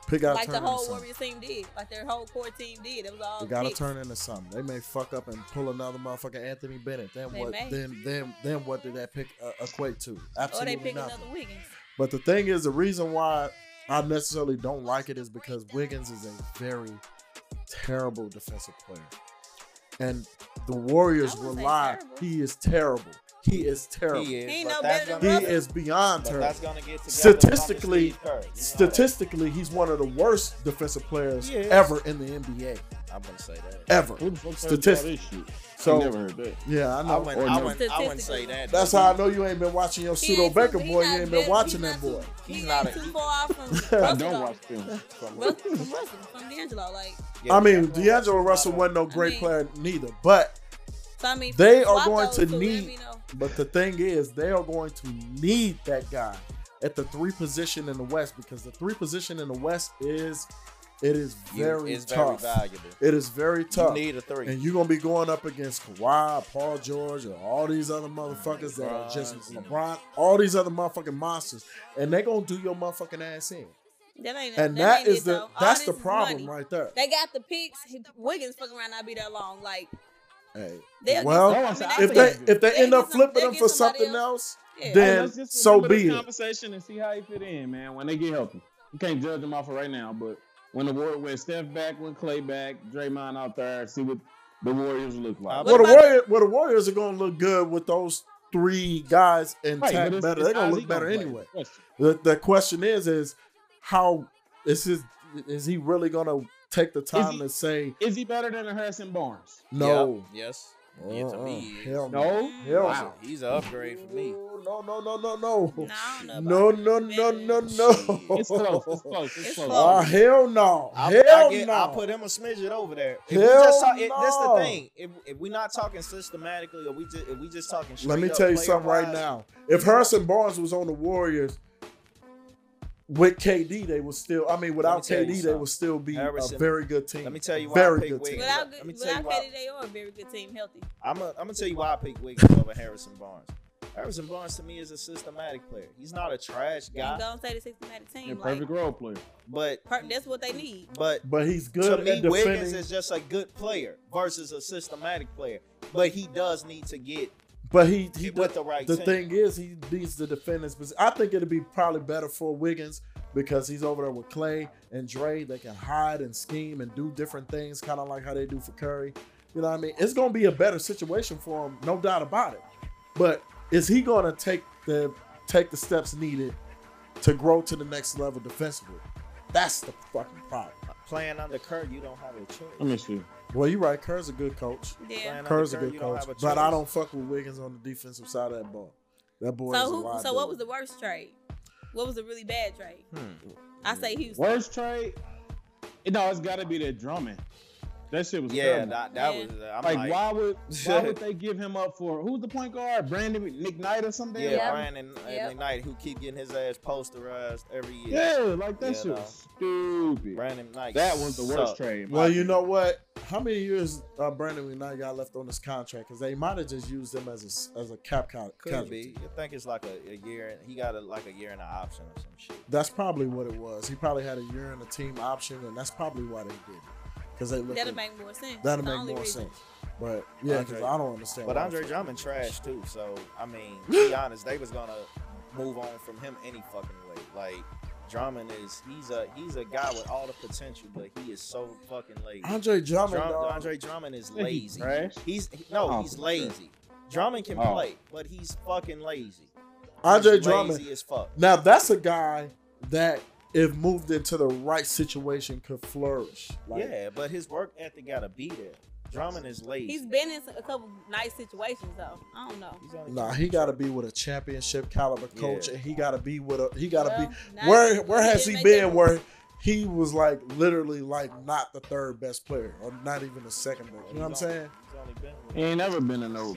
S5: Pick gotta
S2: Like
S5: turn
S2: the
S5: into
S2: whole
S5: something.
S2: Warriors team did. Like their whole core team did. It was all.
S5: They gotta
S2: picks.
S5: turn into something. They may fuck up and pull another motherfucking Anthony Bennett. Then
S2: They
S5: what?
S2: may.
S5: Then then then what did that pick uh, equate to?
S2: Or
S5: Absolutely
S2: Oh, they pick
S5: nothing.
S2: another Wiggins.
S5: But the thing is, the reason why I necessarily don't like it is because Wiggins is a very terrible defensive player, and the Warriors
S2: I wouldn't say
S5: rely.
S2: terrible.
S5: He is terrible. He is terrible.
S4: he
S5: He,
S4: is.
S2: He ain't
S4: but
S2: no
S4: that's
S2: better than
S4: gonna-
S2: Russell.
S5: is beyond
S4: But
S5: terrible.
S4: that's gonna get together.
S5: Statistically-
S4: with Steve Kerr. You know that.
S5: Statistically, he's one of the worst defensive players
S4: He is.
S5: ever in the NBA.
S4: I wouldn't say that.
S5: Ever.
S1: Who the fuck told you all
S5: Statistic-
S1: this shit?
S5: So-
S1: I never heard that.
S5: Yeah, I
S4: I
S5: know.
S4: wouldn't. I wouldn't. I wouldn't say that.
S5: That's how I know you ain't been watching your pseudo
S2: ain't
S5: Baker
S2: too- he
S5: boy.
S2: not
S5: You ain't
S2: better-
S5: been watching
S2: he's
S5: that
S2: not
S5: boy.
S2: Too,
S4: He's
S2: he's
S4: not
S2: not
S4: a-
S2: too far off from.
S1: I
S2: Russell,
S1: don't
S2: though.
S1: watch films.
S2: Russell, from Russell, from D'Angelo. Like,
S4: Yeah,
S5: I mean,
S4: that's what-
S5: D'Angelo
S4: that's
S5: Russell
S4: what-
S5: wasn't no
S2: mean-
S5: great player neither. But
S2: so I mean,
S5: They
S2: swap
S5: are going
S2: those
S5: to
S2: two, let
S5: need-
S2: me know.
S5: but the thing is, they are going to need that guy at the three position in the West because the three position in the West is it is
S4: you-
S5: very
S4: It's very
S5: tough.
S4: valuable.
S5: it is very tough.
S4: You need a three.
S5: and you're gonna be going up against Kawhi, Paul George, and all these other motherfuckers that are just
S4: LeBron.
S5: LeBron, all these other motherfucking monsters, and they're gonna do your motherfucking ass in.
S2: That ain't.
S5: And
S2: that
S5: that
S2: ain't
S5: is
S2: it,
S5: the
S2: though. All
S5: that's
S2: this
S5: the
S2: is money.
S5: problem right there.
S2: They got the picks. He- Wiggins fucking around not be that long. Like,
S5: Hey,
S2: they'll
S5: Well,
S2: get some, I mean,
S5: if
S1: I
S5: they
S1: think-
S5: if they
S2: They
S5: end
S2: get
S5: up
S2: some-
S5: flipping
S2: they
S5: them
S2: get
S5: for
S2: somebody
S5: something else,
S2: yeah.
S5: then-
S1: Hey, let's just
S5: so
S1: remember
S5: be
S1: this
S5: it.
S1: Conversation and see how he fit in, man. When they get healthy, you can't judge them off of right now. But when the war, when Steph back, when Clay back, Draymond out there, see what the Warriors look like.
S5: well, the
S2: about-
S5: Warrior, well, the Warriors are gonna look good with those three guys
S1: Right,
S5: intact.
S1: but it's-
S5: better,
S1: it's
S5: they're gonna
S1: how's
S5: look
S1: he
S5: better
S1: play?
S5: anyway.
S1: Question.
S5: The, the question is, is how is his is he really gonna take the time
S1: he-
S5: to say
S1: Is he better than a Harrison Barnes?
S5: no?
S4: Yep, Yes. Yeah, to
S5: Uh-uh,
S4: me, he is.
S5: hell
S1: No.
S5: Hell
S1: Wow.
S4: He's an upgrade for me.
S5: Ooh, No, no, no, no, no.
S2: Nah, I don't know
S5: No,
S2: about
S5: no,
S2: that.
S5: no, no,
S4: Shit.
S5: no.
S1: It's close. It's close. It's
S2: It's
S1: close.
S2: close.
S5: Oh, hell no.
S4: I,
S5: hell
S4: I get,
S5: no.
S4: I put him a smidget over there. If we
S5: Hell
S4: just talk, it, That's the
S5: no.
S4: thing. If, if we're not talking systematically, or we just if we just talking.
S5: Let me
S4: straight up
S5: tell you something right
S4: player-wise,
S5: now. If Harrison Barnes was on the Warriors with KD, they would still. I mean, without
S4: tell you
S5: KD, they
S4: something.
S5: would still be
S4: Harrison-
S5: a very good team.
S4: Let me tell you why
S5: Very
S4: I pick
S5: good team.
S4: Wiggins.
S2: Without,
S4: Let me tell you
S2: without
S4: why.
S2: Katie, they are a very good team, healthy.
S4: I'm gonna I'm tell you why I pick Wiggins over Harrison Barnes. Harrison Barnes to me is a systematic player. He's not a trash
S2: Yeah.
S4: guy,
S2: Golden State is systematic team.
S1: You're a
S2: Like,
S1: perfect role player.
S4: but
S2: per- that's what they need.
S4: but
S5: But he's
S4: to
S5: good
S4: me
S5: at
S4: Wiggins
S5: defending.
S4: is just a good player versus a systematic player. But he does need to get
S5: but he he
S4: with the right
S5: the
S4: team.
S5: thing is he needs to defend his position. I think it'd be probably better for Wiggins because he's over there with Clay and Dre. They can hide and scheme and do different things, kind of like how they do for Curry. You know what I mean? It's gonna be a better situation for him, no doubt about it. But is he gonna take the take the steps needed to grow to the next level defensively? That's the fucking problem.
S4: playing under Kerr, you don't have a choice.
S1: Let me see.
S5: Well, you're right. Kerr's a good coach.
S2: Yeah.
S4: Playing under
S5: Kerr's a
S4: Kerr,
S5: good
S4: you don't
S5: coach,
S4: have a
S5: but I
S4: choice.
S5: don't fuck with Wiggins on the defensive side of that ball. That boy is a
S2: So who? So
S5: liability.
S2: what was the worst trade? What was a really bad trade?
S4: Hmm.
S2: I say Houston.
S1: Worst trade? No, it's got to be that drumming. That shit was
S4: Yeah,
S1: terrible.
S4: that, that
S2: Yeah.
S4: was. I'm
S1: like,
S4: like,
S1: why would why would they give him up for who's the point guard? Brandon Nick Knight or something?
S4: Yeah,
S1: Yeah,
S2: Yep.
S4: Brian and,
S2: Yep.
S4: and McKnight, who keep getting his ass posterized every year.
S1: like that
S4: Yeah,
S1: shit was stupid.
S4: Brandon McKnight.
S1: That was the worst
S4: sucked.
S1: trade. in my
S5: Well, you
S1: opinion.
S5: know what? How many years uh, Brandon McKnight got left on this contract? Because they might have just used him as a s- as a cap count.
S4: Could be. I think it's like a, a year. and- He got a, like a year and an option or some shit.
S5: That's probably what it was. He probably had a year and a team option, and that's probably why they did it. Because they looked
S2: That'll
S5: that'll
S2: make more sense.
S5: make, that'll
S2: The
S5: make
S2: only
S5: more
S2: reason.
S5: sense. But yeah,
S4: Andre-
S5: because I don't understand.
S4: But
S5: why
S4: Andre
S5: they-
S4: Drummond trash too. So I mean, to be honest, they was gonna move on from him any fucking way. Like Drummond is he's a he's a guy with all the potential, but he is so fucking lazy.
S5: Andre Drummond.
S4: Drum-
S5: dog.
S4: Andre Drummond is
S1: He
S4: lazy.
S1: trash.
S4: He's he- no,
S1: Oh,
S4: he's
S1: for
S4: lazy. Drummond can
S1: Oh.
S4: play, but he's fucking lazy.
S5: Andre
S4: He's
S5: Drummond.
S4: lazy as fuck.
S5: Now that's a guy that, if moved into the right situation, could flourish. Like,
S4: yeah, but his work ethic gotta be there. Drummond is lazy.
S2: He's been in a couple nice situations though. I don't know.
S4: He's only-
S5: Nah, he got to be with a championship caliber coach,
S4: Yeah.
S5: and he got to be with a. He got to be
S2: Well, not-
S5: where where has
S2: didn't make
S5: he been
S2: that-
S5: where he was like literally like not the third best player or not even the second best. You know what I'm saying?
S4: he's only been with-
S1: He ain't never been in no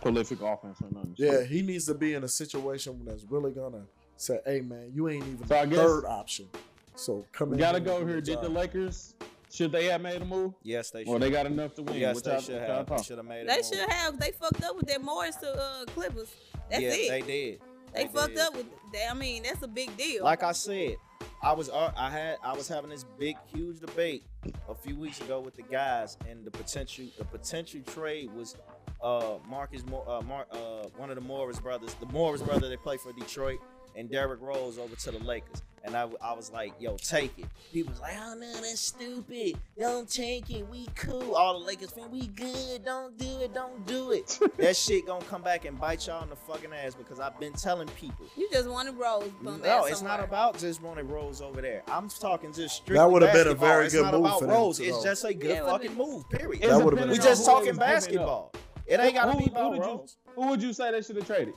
S1: prolific offense or nothing.
S5: Yeah, he needs to be in a situation that's really gonna say, "Hey, man, you ain't even
S1: So I
S5: the
S1: guess-
S5: third option." So come
S1: we
S5: in
S1: gotta
S5: and
S1: go
S5: do your
S1: here. Did the
S5: job.
S1: Lakers? Should they have made a move?
S4: Yes, they should.
S1: Well, they got enough to win.
S4: yes,
S1: Which
S4: they
S1: I-
S4: should
S1: which I
S4: have. They
S1: thought.
S4: should have made. a
S2: They
S4: move.
S2: should have. They fucked up with that Morris to uh, Clippers. That's
S4: yeah,
S2: it.
S4: they
S2: They,
S4: did.
S2: fucked
S4: did.
S2: up with that. I mean, that's a big deal.
S4: Like I said, I was uh, I had I was having this big huge debate a few weeks ago with the guys, and the potential the potential trade was uh Marcus Mo- uh, Mar- uh one of the Morris brothers, the Morris brother they play for Detroit, and Derrick Rose over to the Lakers. And I, w- I was like, yo, take it. People was like, oh no, that's stupid. Don't take it. We cool. All the Lakers fans, we good. Don't do it. Don't do it. that shit gonna come back and bite y'all in the fucking ass because I've been telling people.
S2: you just wanted Rose. bum
S4: No,
S2: ass
S4: it's not
S2: somewhere.
S4: about just wanting Rose over there. I'm talking just strictly.
S5: That would've been a
S4: basketball.
S5: very
S4: It's
S5: good
S4: not
S5: move
S4: about
S5: for them,
S4: Rose.
S5: too,
S4: It's
S5: though.
S4: just a good
S2: Yeah, it would've
S4: fucking
S2: been-
S4: move. Period.
S5: That
S1: It's
S5: would've been-
S4: We
S1: depending
S4: just
S1: on who
S4: talking
S1: they was picking
S4: basketball.
S1: up.
S4: It ain't gotta
S1: Who-
S4: be
S1: who
S4: about
S1: did you-
S4: Rose.
S1: Who would you say they should have traded?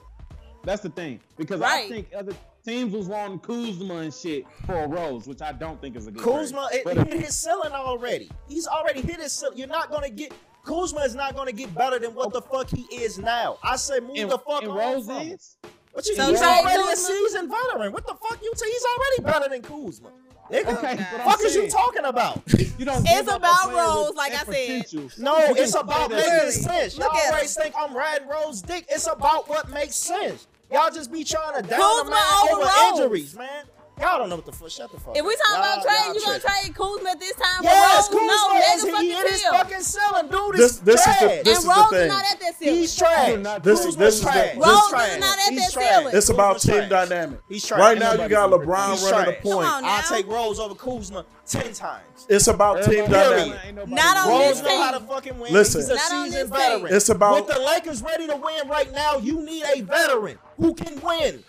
S1: That's the thing. Because I
S2: Right.
S1: think other teams was wanting Kuzma and shit for Rose, which I don't think is a good
S4: Kuzma
S1: trade.
S4: it,
S1: But
S4: it hit his ceiling already. He's already hit his ceiling. You're not gonna get Kuzma is not gonna get better than what the fuck he is now. I say move
S1: and,
S4: the fuck
S1: and
S4: on
S1: Rose
S4: from him.
S1: is?
S4: But you,
S2: So
S4: he's
S2: trade
S4: already a
S2: Kuzma?
S4: seasoned veteran. What the fuck you? T- he's already better than Kuzma. Nigga,
S1: Okay,
S2: God.
S1: but I'm
S4: fuck is you
S1: saying,
S4: talking about?
S1: you don't
S2: It's
S1: give up
S2: about
S1: a player with
S2: Rose, like I
S1: that
S2: said.
S1: potential.
S4: No,
S1: You
S4: it's
S1: can
S4: about
S1: say
S4: making
S1: that.
S4: sense. Y'all
S2: Look at
S4: always think I'm riding Rose dick. It's about what makes sense. Y'all just be trying to down a
S2: Kuzma
S4: man
S2: over
S4: over
S2: Rose.
S4: injuries, man. Y'all don't know what the fuck. Shut the fuck.
S2: If we
S4: up.
S2: talking
S4: Y'all-
S2: about trade, you
S4: y'all
S2: gonna
S4: tripping.
S2: trade Kuzma at this time? for
S4: Yes,
S2: Rose?
S4: Kuzma
S2: no,
S4: is
S2: nigga,
S4: he
S2: fucking
S4: hit his
S2: chill.
S4: fucking ceiling, dude.
S5: This-
S4: Is
S5: this is the-
S4: trash.
S5: this-
S2: and
S5: the
S2: Rose
S5: thing.
S2: is not at that ceiling.
S4: he's trash.
S1: You're not
S5: This is-
S4: Kuzma's
S5: this is the-
S4: trash.
S5: Rose
S4: He's
S5: is
S4: trash.
S2: not at
S4: He's
S2: that
S4: trash.
S2: ceiling.
S5: It's about
S4: Kuzma's
S5: team
S4: trash.
S5: dynamic.
S4: He's trash.
S5: Right now, you
S4: Nobody's
S5: got
S4: gonna-
S5: LeBron
S4: he's
S5: running the
S4: trash.
S5: point.
S2: Come on.
S4: I
S2: Now-
S4: take Rose over Kuzma ten times.
S5: It's about team
S1: Everybody-
S5: dynamic.
S1: Ain't nobody
S2: Not on
S1: winning.
S2: this
S4: Rose
S2: team.
S4: know how to fucking win.
S5: Listen.
S4: he's a
S2: Not on
S4: seasoned
S2: this team.
S4: veteran.
S5: It's about-
S4: with the Lakers ready to win right now. You need a veteran who can win.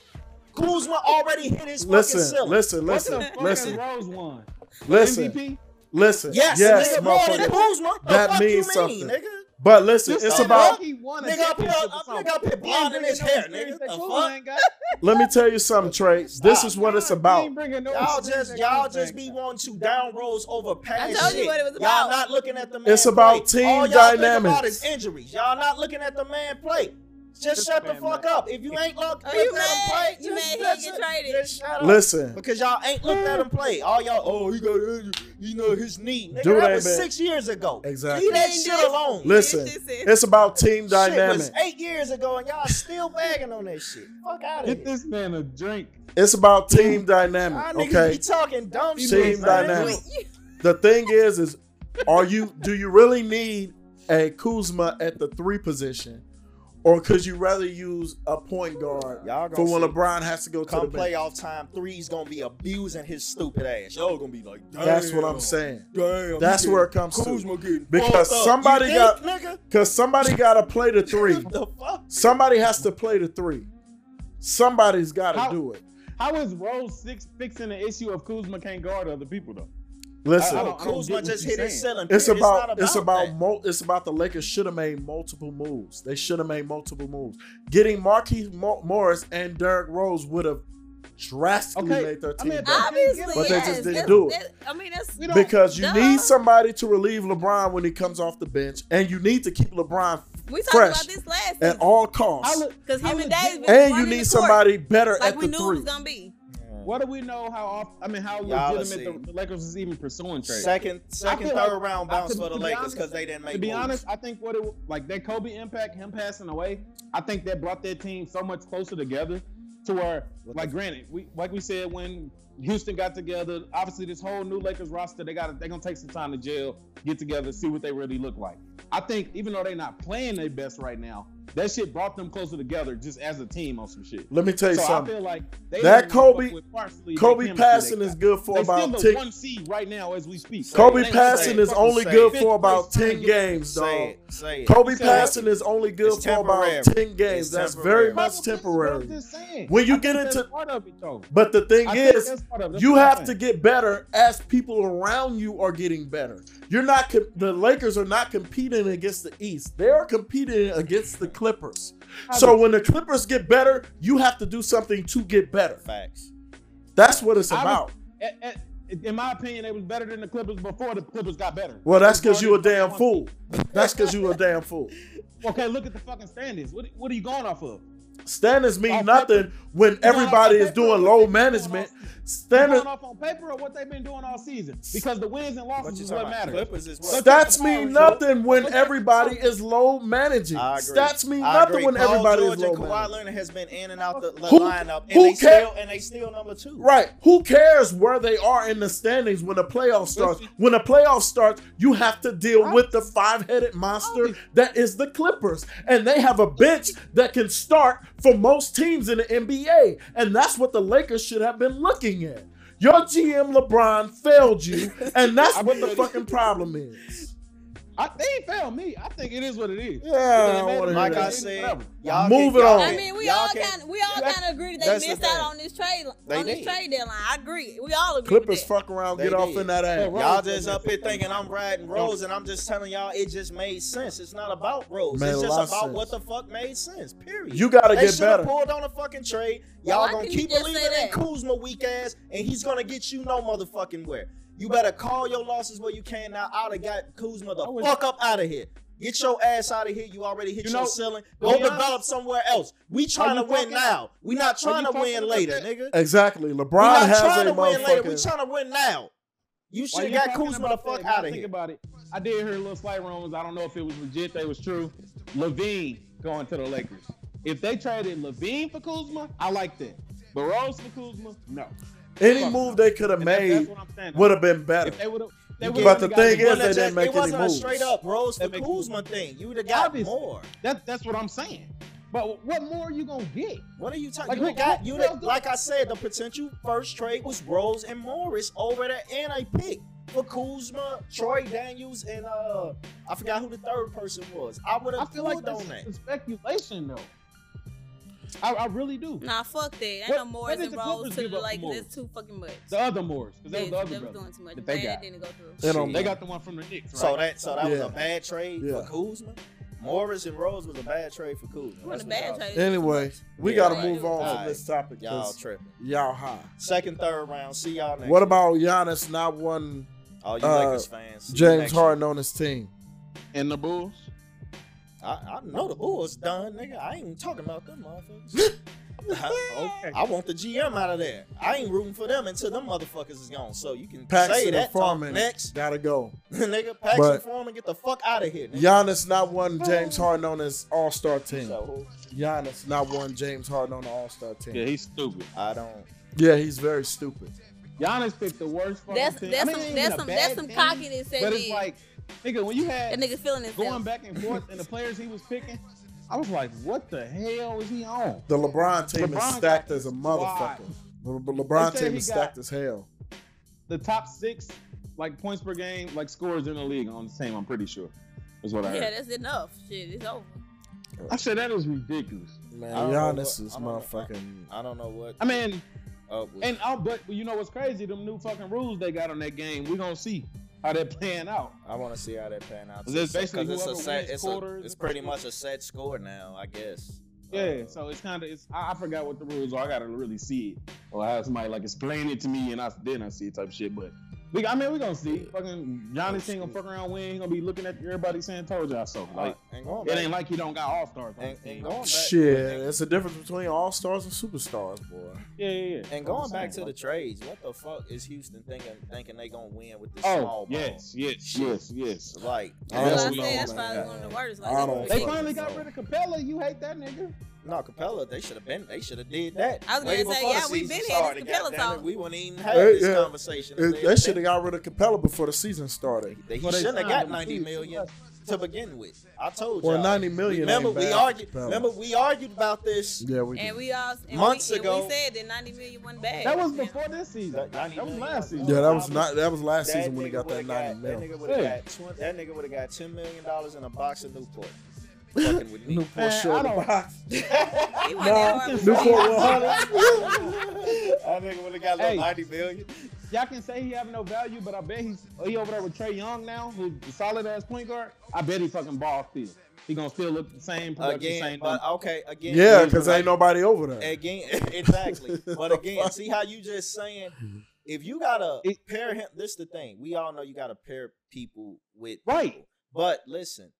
S4: Kuzma already hit his
S5: Listen,
S4: fucking ceiling.
S5: listen,
S1: What the
S5: listen,
S1: fuck
S5: listen,
S1: has Rose won?
S5: listen,
S1: MVP?
S5: listen.
S4: Yes,
S5: Yes,
S4: nigga, more than
S5: motherfucker.
S4: Kuzma. The
S5: That
S4: fuck
S5: means
S4: you mean,
S5: something.
S4: nigga?
S5: But listen,
S1: This
S5: it's
S1: nigga
S5: about.
S1: think He won a
S4: Nigga, I put-
S1: championship or
S4: I-
S1: something.
S4: nigga, I put blonde in his hair, nigga. The fuck?
S5: Let me tell you something, Trey. This is what it's about.
S4: Y'all just y'all just be wanting to down rolls over past
S2: I told you
S4: shit.
S2: what it was
S4: Y'all
S2: about.
S4: not looking at the man.
S5: It's about
S4: play.
S5: team
S4: All y'all think about
S5: dynamics.
S4: is injuries. Y'all not looking at the man play. Just
S1: Just
S4: shut the
S1: man
S4: fuck
S1: up.
S4: up. If you ain't look,
S2: Are you
S4: looked at him
S2: mad?
S4: play,
S2: You
S4: just,
S2: mad he get
S4: listen.
S2: traded?
S4: Just shut up.
S5: Listen,
S4: Because y'all ain't looked at him play. All y'all, oh, he got injured. You know his knee. Nigga,
S5: Dude
S4: that
S5: ain't
S4: was
S5: been-
S4: six years ago.
S5: Exactly.
S4: Leave that shit alone.
S5: Listen, it's about team
S4: Shit was
S5: dynamic.
S4: eight years ago, and y'all still bagging on that shit. Fuck out of
S1: Get
S4: here.
S1: this man a drink.
S5: It's about
S4: Y'all
S5: team dynamic.
S4: niggas be
S5: Okay.
S4: talking dumb
S5: Team
S4: shit. man.
S5: dynamic. The thing is, is are you do you really need a Kuzma at the three position, or could you rather use a point guard
S4: Y'all gonna
S5: for when
S4: see.
S5: LeBron has to go to the
S4: Come
S5: bench?
S4: playoff time, three's gonna be abusing his stupid ass. Y'all gonna be like, damn.
S5: That's what I'm saying.
S4: Damn.
S5: That's
S4: he
S5: where it
S4: getting-
S5: comes to.
S4: Kuzma getting
S5: Because
S4: fucked up.
S5: somebody
S4: You
S5: got-
S4: think, nigga.
S5: Cause somebody gotta play the three.
S4: What the fuck?
S5: Somebody has to play the three. Somebody's
S1: How-
S5: gotta do it.
S1: How is Rose six fixing the issue of Kuzma can't guard other people though?
S5: Listen,
S1: I
S4: Oh,
S1: don't- get
S4: Kuzma
S1: what
S4: just
S1: you're
S4: hit his
S1: saying.
S4: ceiling.
S5: It's
S4: period.
S5: about,
S4: not
S5: it's about
S4: that.
S5: mo- it's about the Lakers should have made multiple moves. They should have made multiple moves. Getting Marquise Mo- Morris and Derrick Rose would have drastically
S1: Okay,
S5: made their
S1: I
S5: team
S1: mean,
S5: better.
S2: Obviously,
S5: But they
S2: yes.
S5: just didn't
S2: That's-
S5: do it.
S2: that- I mean, that's
S1: We don't-
S5: Because you
S2: Duh.
S5: need somebody to relieve LeBron when he comes off the bench, and you need to keep LeBron
S2: we talked
S5: Fresh.
S2: about this last
S5: at
S2: season
S5: all costs.
S1: I,
S2: because
S1: I
S2: him and
S1: legit-
S2: Davis been
S5: and
S2: running
S5: you
S2: the
S5: need
S2: court
S5: somebody better
S2: like
S5: at
S2: we
S5: the
S2: knew it
S5: three.
S2: was gonna be.
S1: what do we know how off? I mean, how
S4: Y'all are
S1: legitimate
S4: sick.
S1: the, the Lakers is even pursuing trade?
S4: Second, second,
S1: feel
S4: third
S1: like-
S4: round
S1: I-
S4: bounce
S1: to-
S4: for the
S1: to be
S4: Lakers
S1: honest-
S4: because they didn't make.
S1: to be
S4: moves.
S1: honest, I think what it like that Kobe impact, him passing away, I think that brought that team so much closer together to where,
S4: What
S1: like, granted, we like we said when Houston got together, obviously this whole new Lakers roster, they got they're gonna take some time to jail, get together, see what they really look like. I think even though they're not playing their best right now, that shit brought them closer together just as a team on some shit.
S5: Let me tell you
S1: so I
S5: something.
S1: feel like they
S5: That
S1: didn't fuck
S5: Kobe-
S1: with partially the
S5: Kobe
S1: chemistry they
S5: passing
S1: got.
S5: is good for
S1: They still
S5: about
S1: the
S5: ten.
S1: one seed right now as we speak.
S5: Kobe
S1: They-
S5: passing
S1: they-
S5: is only
S4: Say
S5: good
S1: it.
S5: for about
S1: Say
S5: ten
S1: it.
S5: games,
S4: say
S5: dog.
S4: it, say it.
S5: Kobe
S1: Say it.
S5: passing is only good
S4: It's
S5: for about
S4: temporary.
S5: ten games.
S4: It's
S5: That's very
S4: temporary.
S5: much
S1: That's what
S5: temporary.
S1: I'm just saying.
S5: When you
S1: I
S5: get
S1: think that's
S5: into-
S1: part of it though.
S5: But the thing
S1: I think
S5: is,
S1: that's part of it. That's
S5: you
S1: what I'm
S5: have to
S1: saying.
S5: get better as people around you are getting better. You're not com- the Lakers are not competing against the East. They are competing against the Clippers. So when the Clippers get better, you have to do something to get better.
S4: Facts.
S5: That's what it's
S1: I was-
S5: about.
S1: A- a- in my opinion, they was better than the Clippers before the Clippers got better.
S5: Well, that's because you a damn fool. That's because you a damn fool.
S1: Okay, look at the fucking standings. What what are you going off of?
S5: Standards
S1: On
S5: mean
S1: paper.
S5: nothing when
S1: You going
S5: everybody
S1: off on
S5: is
S1: paper or
S5: doing
S1: what they've
S5: low
S1: been doing
S5: management.
S1: all season? You
S5: Standard
S1: going off on paper or what they've been doing all season? Because the wins and
S4: What
S1: losses
S4: you
S1: is
S4: talking
S1: what
S4: about?
S1: matters.
S4: Clippers is what?
S1: Look at
S5: stats
S1: the
S5: mean
S1: power, yo.
S5: nothing when
S1: Look at the
S5: everybody
S1: power.
S5: is low managing.
S4: I agree.
S5: Stats mean
S4: I
S5: nothing
S4: agree.
S5: when
S4: Paul
S5: everybody
S4: George
S5: is low
S4: and Kawhi
S5: managing.
S4: Leonard has been in and out the, the
S5: Who-
S4: lineup, and
S5: who
S4: they
S5: care-
S4: still and they still number two.
S5: Right. Who cares where they are in the standings when the playoff starts? When the playoff starts, you have to deal with the five-headed monster that is the Clippers. And they have a bench that can start for most teams in the NBA. And that's what the Lakers should have been looking at. Your GM LeBron failed you, and that's what the fucking problem is.
S1: I, they ain't failed me. I think it is what it is.
S5: Yeah, I don't wanna hear
S4: Like I
S5: that.
S4: said,
S1: Whatever.
S4: y'all
S5: Move
S4: can-
S5: it
S4: y'all
S5: on.
S4: can-
S2: I mean, we
S4: y'all
S2: all
S4: can-
S2: kind of we all
S4: that-
S2: kind of agree that
S4: that's
S2: they
S4: the
S2: missed
S4: thing.
S2: out on this trade
S4: They
S2: on this
S4: did.
S2: trade deadline. I agree. We all agree.
S5: Clippers
S2: with that.
S5: fuck around,
S4: They
S5: get off
S4: did.
S5: in that ass.
S4: Y'all just up here thinking I'm riding Rose, and I'm just telling y'all it just made sense. It's not about Rose.
S5: Made a
S4: it's
S5: lot of
S4: just about
S5: sense.
S4: what the fuck made sense. Period.
S5: You gotta
S4: they
S5: get
S4: shoulda
S5: better.
S4: pulled on a fucking trade. Y'all
S2: Why
S4: gonna
S2: couldn't you
S4: keep
S2: just
S4: believing
S2: say
S4: in
S2: that?
S4: Kuzma weak ass, and he's gonna get you no motherfucking where. You better call your losses where you can. Now I'd have got Kuzma the
S1: I was-
S4: fuck up out of here. Get your ass out of here. You already hit
S1: You
S4: your
S1: know,
S4: ceiling.
S1: to
S4: Go
S1: be
S4: develop
S1: honest-
S4: somewhere else. We trying
S1: you
S4: to win
S1: talking-
S4: now. We not
S1: Are you
S4: trying to
S1: talking
S4: win
S1: about
S4: later,
S1: that?
S4: nigga.
S5: Exactly.
S4: We
S5: LeBron
S4: not
S5: has
S4: trying
S5: a
S4: to win later. We
S5: motherfucking.
S4: trying to win now. You should
S1: While
S4: have
S1: you
S4: got
S1: talking
S4: Kuzma the
S1: about
S4: fuck
S1: that, y'all
S4: out of
S1: Think
S4: here.
S1: about it. I did hear little slight rumors. I don't know if it was legit. They was true. Levine going to the Lakers. If they traded Levine for Kuzma, I like that. But Rose for Kuzma, no.
S5: Any move they could have
S1: And that- that's
S5: made
S1: what I'm saying.
S5: would have been better.
S1: If they would have, they
S4: You
S1: would've
S5: But the
S1: gotten
S5: thing
S1: Kuzma.
S5: is, they didn't make
S4: it
S5: any
S4: wasn't a
S5: moves.
S4: straight up Rose for
S1: That makes-
S4: Kuzma thing. You would have got
S1: Obviously.
S4: more.
S1: that, that's what I'm saying. But what more you gonna get?
S4: What are you talking?
S1: Like,
S4: you
S1: who-
S4: got
S1: who
S4: you
S1: else
S4: done-
S1: do-
S4: like I said, the potential first trade was Rose and Morris over there, and a pick for Kuzma, Troy Daniels, and uh, I forgot who the third person was. I would
S1: I
S4: have
S1: feel
S4: pulled
S1: like
S4: on that.
S1: that's is speculation though. I, I really do.
S2: Nah, fuck that. Ain't
S1: What-
S2: no
S1: what
S2: Morris
S1: did
S2: and
S1: the
S2: Rose
S1: Clippers
S2: to
S1: give
S2: the
S1: up for
S2: Lakers.
S1: Morris?
S2: That's too fucking much.
S1: The other Moors, because
S2: They,
S1: that was the
S2: they
S1: other
S2: was
S1: brother.
S2: doing too much.
S1: that they
S2: They
S1: got.
S2: didn't go through.
S5: They don't-
S1: They got the one from the Knicks, right?
S4: So that so that was
S5: Yeah.
S4: a bad trade
S5: Yeah.
S4: for Kuzma. Morris and Rose was a bad trade for Kuzma.
S2: It wasn't
S4: That's
S2: a
S4: what
S2: bad
S4: y'all-
S2: trade.
S5: Anyway, we
S4: Yeah,
S5: gotta
S4: right.
S5: move on
S4: Alright.
S5: from this topic.
S4: Y'all
S5: 'cause
S4: tripping.
S5: Y'all high.
S4: Second, third round. See y'all next.
S5: What
S4: week.
S5: about Giannis not wanting
S4: all you
S5: uh,
S4: Lakers fans? see you
S5: James
S4: next
S5: Harden on his team?
S1: and the Bulls.
S4: week. I, I know the Bulls done, nigga. I ain't even talking about them motherfuckers.
S1: Okay.
S4: I want the GM out of there. I ain't rooting for them until them motherfuckers is gone. So you can say
S5: Paxton and
S4: that talk
S5: Foreman
S4: next,
S5: gotta go.
S4: nigga. Paxton
S5: But-
S4: Foreman, get the fuck out of here. Nigga.
S5: Giannis not wanting James Harden on his All Star team.
S4: So
S5: Giannis not wanting James Harden on the All Star
S1: Yeah,
S5: team.
S1: he's stupid.
S4: I don't.
S5: Yeah, he's very stupid.
S1: Giannis picked the worst fucking
S2: That's
S1: team.
S2: that's
S1: I mean, it ain't
S2: some
S1: even
S2: that's
S1: a
S2: some that's
S1: bad
S2: some
S1: team,
S2: cockiness that
S1: But it's
S2: did.
S1: like, nigga, when you
S2: That
S1: had
S2: nigga feeling
S1: going
S2: himself.
S1: back and forth and the players he was picking, I was like, what the hell is he on?
S5: The LeBron team
S1: LeBron
S5: is stacked
S1: got
S5: as a
S1: squad.
S5: motherfucker. The Le- LeBron
S1: They said
S5: team
S1: he
S5: is
S1: got-
S5: stacked as hell.
S1: The top six, like points per game, like scores in the league on the team. I'm pretty sure. Is what I heard.
S2: Yeah, that's enough. Shit, it's over.
S1: I said that is ridiculous.
S5: Man,
S4: I don't know
S5: Giannis
S4: what-
S5: is
S4: I don't know.
S5: motherfucking.
S4: I don't know what.
S1: I mean,
S4: up with-
S1: and I'll, but you know what's crazy? Them new fucking rules they got on that game. We gonna see how that playing out.
S4: I want to see how that pan out.
S1: This is
S4: So-
S1: basically
S4: it's a
S1: whoever
S4: set.
S1: wins
S4: It's,
S1: quarters
S4: a, it's
S1: and
S4: pretty
S1: stuff.
S4: much a set score now, I guess. Uh,
S1: Yeah, so it's kind of it's. I, I forgot what the rules are. I gotta really see it, or have somebody like explain it to me, and I then I see it type shit. But we, I mean, we gonna see. Fucking Johnny ain't gonna fuck around. We ain't gonna be looking at everybody saying "told y'all so." Like
S4: uh, and going
S1: it
S4: back,
S1: ain't like he don't got all stars.
S4: and, and going back,
S5: Shit, it's a difference between all stars and superstars, boy.
S1: Yeah, yeah, yeah.
S4: And going back to the trades, what the fuck is Houston thinking? Thinking they gonna win with this small
S1: oh
S4: ball?
S1: yes, yes, yes, yes.
S4: Like
S5: I
S2: That's
S5: don't
S2: what I said. That's
S5: know,
S2: probably
S5: man.
S2: one of the worst.
S5: I
S2: Like,
S5: don't
S1: They
S5: fuck.
S2: they-
S1: finally got rid of Capella. You hate that nigga?
S4: no Capella, they should have been. They should have did that.
S2: I was
S4: way
S2: gonna say,
S4: before the
S2: yeah, we
S4: season
S2: been had this
S4: started,
S2: Capella
S4: goddammit.
S2: talk.
S4: We wouldn't even have
S5: Hey,
S4: this
S5: yeah.
S4: conversation. if
S5: It-
S4: they
S5: they
S4: had
S5: should
S4: been-
S5: have got rid of Capella before the season started.
S4: They, he
S1: Well, they
S4: shouldn't have
S1: signed
S4: got
S1: him.
S4: ninety million to begin with. I told you.
S5: Well, ninety million.
S4: Remember
S5: ain't
S4: we
S5: bad.
S4: argued.
S5: Capella.
S4: Remember we argued about this.
S5: Yeah, we.
S2: And
S5: did.
S2: we all and
S4: Months
S2: we, and
S4: ago-
S2: we said that 90 million wasn't bad.
S1: That was
S2: Now,
S1: before this season.
S4: That
S1: That
S4: 90
S1: was
S4: million.
S1: last season.
S5: Yeah, that was not. That was last
S4: That
S5: season when they
S4: nigga
S5: got that
S4: would've
S5: ninety
S4: That
S5: million.
S4: nigga would have
S1: Yeah.
S4: got. twen- That nigga would have got ten million dollars in a box of Newport. Fucking with me.
S5: Newport
S1: Man,
S5: short
S1: I don't-
S5: of box.
S2: He wasn't that hard.
S5: Newport
S4: I
S5: was
S4: nigga would have got like
S1: Hey.
S4: 90 million.
S1: Y'all can say he have no value, but I bet he's he over there with Trey Young now, who's a solid ass point guard. I bet he fucking ball still. He gonna still look the same production,
S4: Again,
S1: same
S4: but
S1: thing.
S4: okay, again.
S5: Yeah, because ain't nobody over there.
S4: Again, exactly. But again, see how you just saying if you gotta
S1: It-
S4: pair him. This the thing we all know you gotta pair people with
S1: Right.
S4: people. But listen,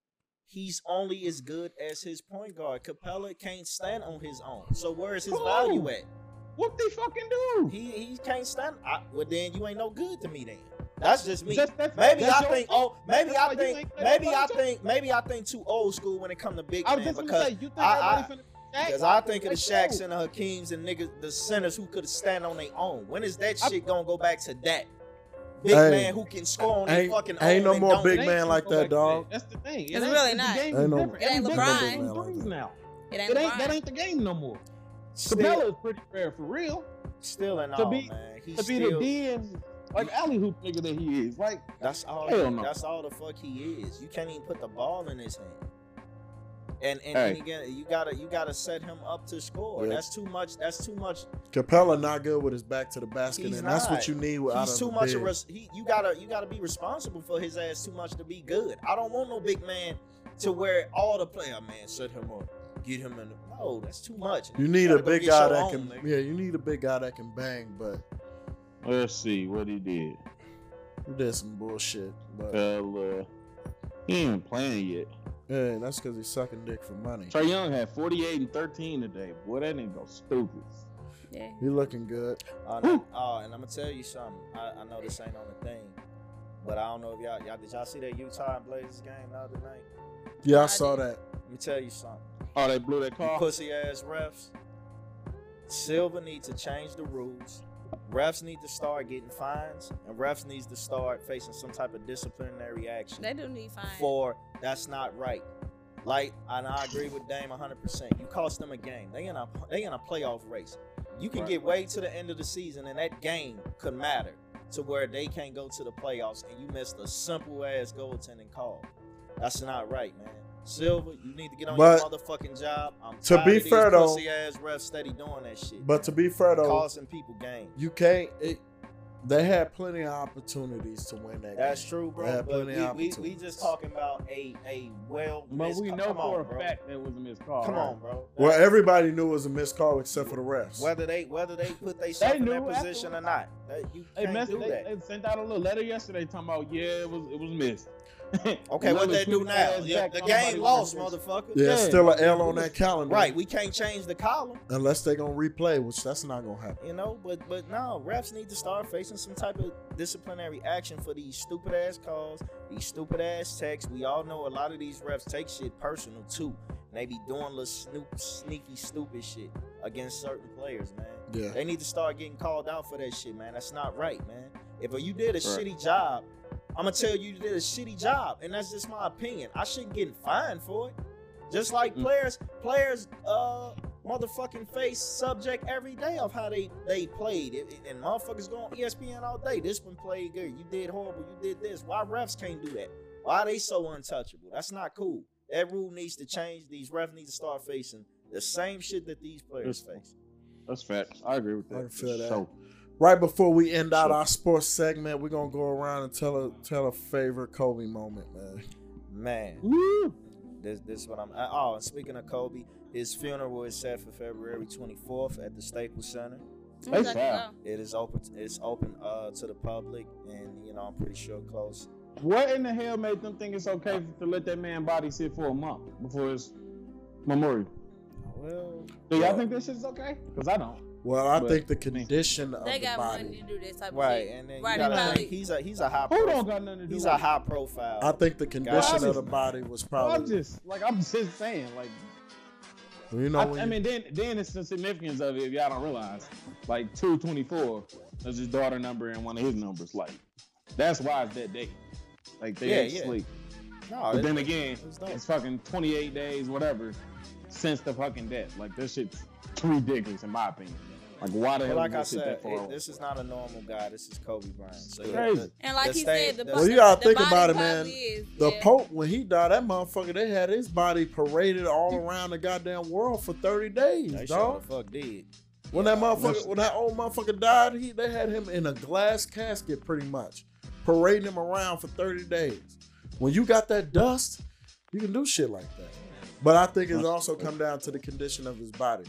S4: he's only as
S1: Mm-hmm.
S4: good as his point guard. Capella can't stand on his own. So where is his
S1: Come
S4: value
S1: on.
S4: at?
S1: What they fucking do?
S4: He he can't stand. I, well, then you ain't no good to me. Then that's just me.
S1: That's- that's-
S4: maybe
S1: that's
S4: I
S1: your-
S4: think. Oh, maybe
S1: that's why
S4: I
S1: you
S4: think.
S1: ain't playing
S4: Maybe I
S1: nobody too.
S4: think. Maybe I think too old school when it come to big
S1: I was
S4: men
S1: just gonna
S4: because
S1: say, you think
S4: I-
S1: everybody
S4: because
S1: finna
S4: I think of the Shaqs
S1: and
S4: and the Hakeems and niggas, the centers who could stand on their own. When is that
S1: I-
S4: shit gonna go back to that? Big
S5: Hey,
S4: man who can score on their
S5: ain't-
S4: fucking own.
S5: ain't no
S4: and
S5: more
S4: don't-
S5: big man like that, dog.
S1: That's the thing. It
S2: It's
S1: ain't-
S2: really
S1: the
S2: not.
S1: game is
S5: Ain't no-
S1: different.
S2: It ain't
S1: Every
S2: LeBron.
S1: business is
S5: Ain't no big man
S1: threes
S5: like
S1: now.
S2: It ain't
S1: It ain't that
S2: LeBron.
S1: ain't the game no more.
S4: Still,
S1: Capella's pretty rare for real.
S4: still in
S1: to
S4: all,
S1: be-
S4: man. He's
S1: To be
S4: still,
S1: the den like alley hoop nigga that he is. Like
S4: That's all.
S1: Hell no.
S4: That's all the fuck he is. You can't even put the ball in his hand. And and,
S1: Hey.
S4: and again, you gotta you gotta set him up to score.
S5: Yeah.
S4: That's too much. That's too much.
S5: Capella not good with his back to the basket,
S4: He's
S5: and that's
S4: not.
S5: what you need. out
S4: he's
S5: of
S4: too
S5: a
S4: much.
S5: big.
S4: Of res- he, you gotta you gotta be responsible for his ass too much to be good. I don't want no big man to where all the player man set him up, get him in. The- no, that's too much.
S5: You need
S4: gotta
S5: a
S4: go
S5: big
S4: get
S5: guy
S4: your
S5: that
S4: own,
S5: can.
S4: nigga.
S5: Yeah, you need a big guy that can bang, but
S1: let's see what he did.
S5: he did some bullshit. But
S1: Hell, uh, he ain't playing yet.
S5: yeah, that's because he's sucking dick for money.
S1: Trey Young had 48 and 13 today. Boy, that nigga go stupid.
S2: Yeah.
S5: He looking good.
S4: Uh, no, uh, and I'm gonna tell you something. I, I know this ain't on the thing, but I don't know if y'all, y'all did y'all see that Utah and Blazers game the other night.
S5: Yeah, I saw that.
S4: Let me tell you something.
S1: Oh, they blew that
S4: You
S1: call.
S4: pussy ass refs. Silver needs to change the rules. Refs need to start getting fines, and refs needs to start facing some type of disciplinary action
S2: They do need fine.
S4: for that's not right. Like, and I agree with Dame 100%. You cost them a game. They in a they in a playoff race. You can get way to the end of the season, and that game could matter to where they can't go to the playoffs, and you missed a simple ass goaltending call. That's not right, man. Silver, you need to get on
S5: But-
S4: your motherfucking job. I'm
S5: to
S4: tired
S5: be
S4: of these
S5: fair, though-
S4: pussy ass refs steady doing that shit.
S5: But to be fair though,
S4: costing people games.
S5: you can't. It, they had plenty of opportunities to win that.
S4: That's
S5: game.
S4: true,
S5: They
S4: bro.
S5: had
S4: But
S5: plenty
S4: we,
S5: of
S4: we, we
S5: opportunities.
S4: just talking about a a well.
S1: But
S4: missed-
S1: we know
S4: come on,
S1: for a
S4: bro.
S1: fact that was a missed call.
S4: Come
S1: right?
S4: on, bro.
S5: Well, everybody knew it was a missed call except for the refs.
S4: whether they whether they put themselves in
S1: knew
S4: that position or not, that- you
S1: They,
S4: can't
S1: messed,
S4: do
S1: they,
S4: that.
S1: they sent out a little letter yesterday talking about, yeah, it was it was missed.
S4: okay, what they do now? Yeah, The game lost, motherfucker.
S5: yeah, it's
S1: Yeah.
S5: still an L on that calendar.
S4: Right, we can't change the column,
S5: Unless they gonna replay, which that's not gonna happen.
S4: you know. But but no, refs need to start facing some type of disciplinary action for these stupid ass calls, these stupid ass texts. We all know a lot of these refs take shit personal too, and they be doing little snoop, sneaky, stupid shit against certain players, man.
S5: Yeah.
S4: They need to start getting called out for that shit, man. That's not right, man. If you did a
S1: Right.
S4: shitty job, I'm gonna tell you you did a shitty job, and that's just my opinion. I shouldn't get fined for it. Just like
S1: Mm.
S4: players, players, uh, motherfucking face subject every day of how they they played, It- it- and motherfuckers go on E ESPN all day. This one played good. You did horrible. You did this. Why refs can't do that? Why they so untouchable? That's not cool. That rule needs to change. These refs need to start facing the same shit that these players
S1: Yes.
S4: face.
S1: That's facts. I agree with that.
S5: I can feel that.
S1: So,
S5: Right before we end out
S1: So-
S5: our sports segment, we're gonna go around and tell a tell a favorite Kobe moment, man.
S4: Man.
S1: woo.
S4: This this is what I'm. I, oh, and uh, speaking of Kobe, His funeral is set for February 24th at the Staples Center.
S1: They
S2: Let's
S1: foul.
S2: go.
S4: It is open. It's open uh, to the public, and you know I'm pretty sure close.
S1: What in the hell made them think it's okay
S4: Uh,
S1: to let that man body sit for a month before his memorial?
S4: Well,
S1: Do y'all think this shit's okay? Because I don't.
S5: Well, I
S1: But-
S5: think the condition of
S2: They
S5: the
S2: got money
S5: body.
S2: to do this type
S4: right?
S2: of shit.
S4: And then you
S2: Right,
S4: gotta
S2: probably-
S4: think he's a he's a high
S1: Who
S4: profile.
S1: don't got nothing to do
S4: He's
S1: with
S4: a
S1: it?
S4: high profile.
S5: I think the condition of the
S1: Guys.
S5: body was
S1: I'm
S5: probably.
S1: just like I'm just saying like
S5: You know,
S1: I,
S5: when
S1: I
S5: you-
S1: mean then then it's the significance of it if y'all don't realize like 224 is his daughter number and one of his numbers like that's why it's that day like they
S4: Yeah,
S1: ain't
S4: yeah. Oh,
S1: sleep
S4: no,
S1: but
S4: it-
S1: then again
S4: it's dope.
S1: it's fucking 28 days whatever since the fucking death like this shit's ridiculous in my opinion like why the
S4: But
S1: hell
S4: like
S1: is
S4: I
S1: this shit
S4: said,
S1: that far
S4: it,
S1: away?
S4: this is not a normal guy. This is Kobe Bryant. So yeah,
S1: Crazy.
S4: the-
S2: And like
S4: The
S2: he
S4: state-
S2: said, the
S4: the-
S5: Well, you gotta
S2: the
S5: think
S2: body
S5: about it,
S2: probably
S5: man.
S2: Is,
S5: The
S2: yeah.
S5: Pope, when he died, that motherfucker, they had his body paraded all around the goddamn world for 30 days,
S4: they sure
S5: dog.
S4: the fuck did.
S5: When that motherfucker, when that old motherfucker died, he they had him in a glass casket pretty much, parading him around for 30 days. When you got that dust, you can do shit like that. But I think it's also come down to the condition of his body.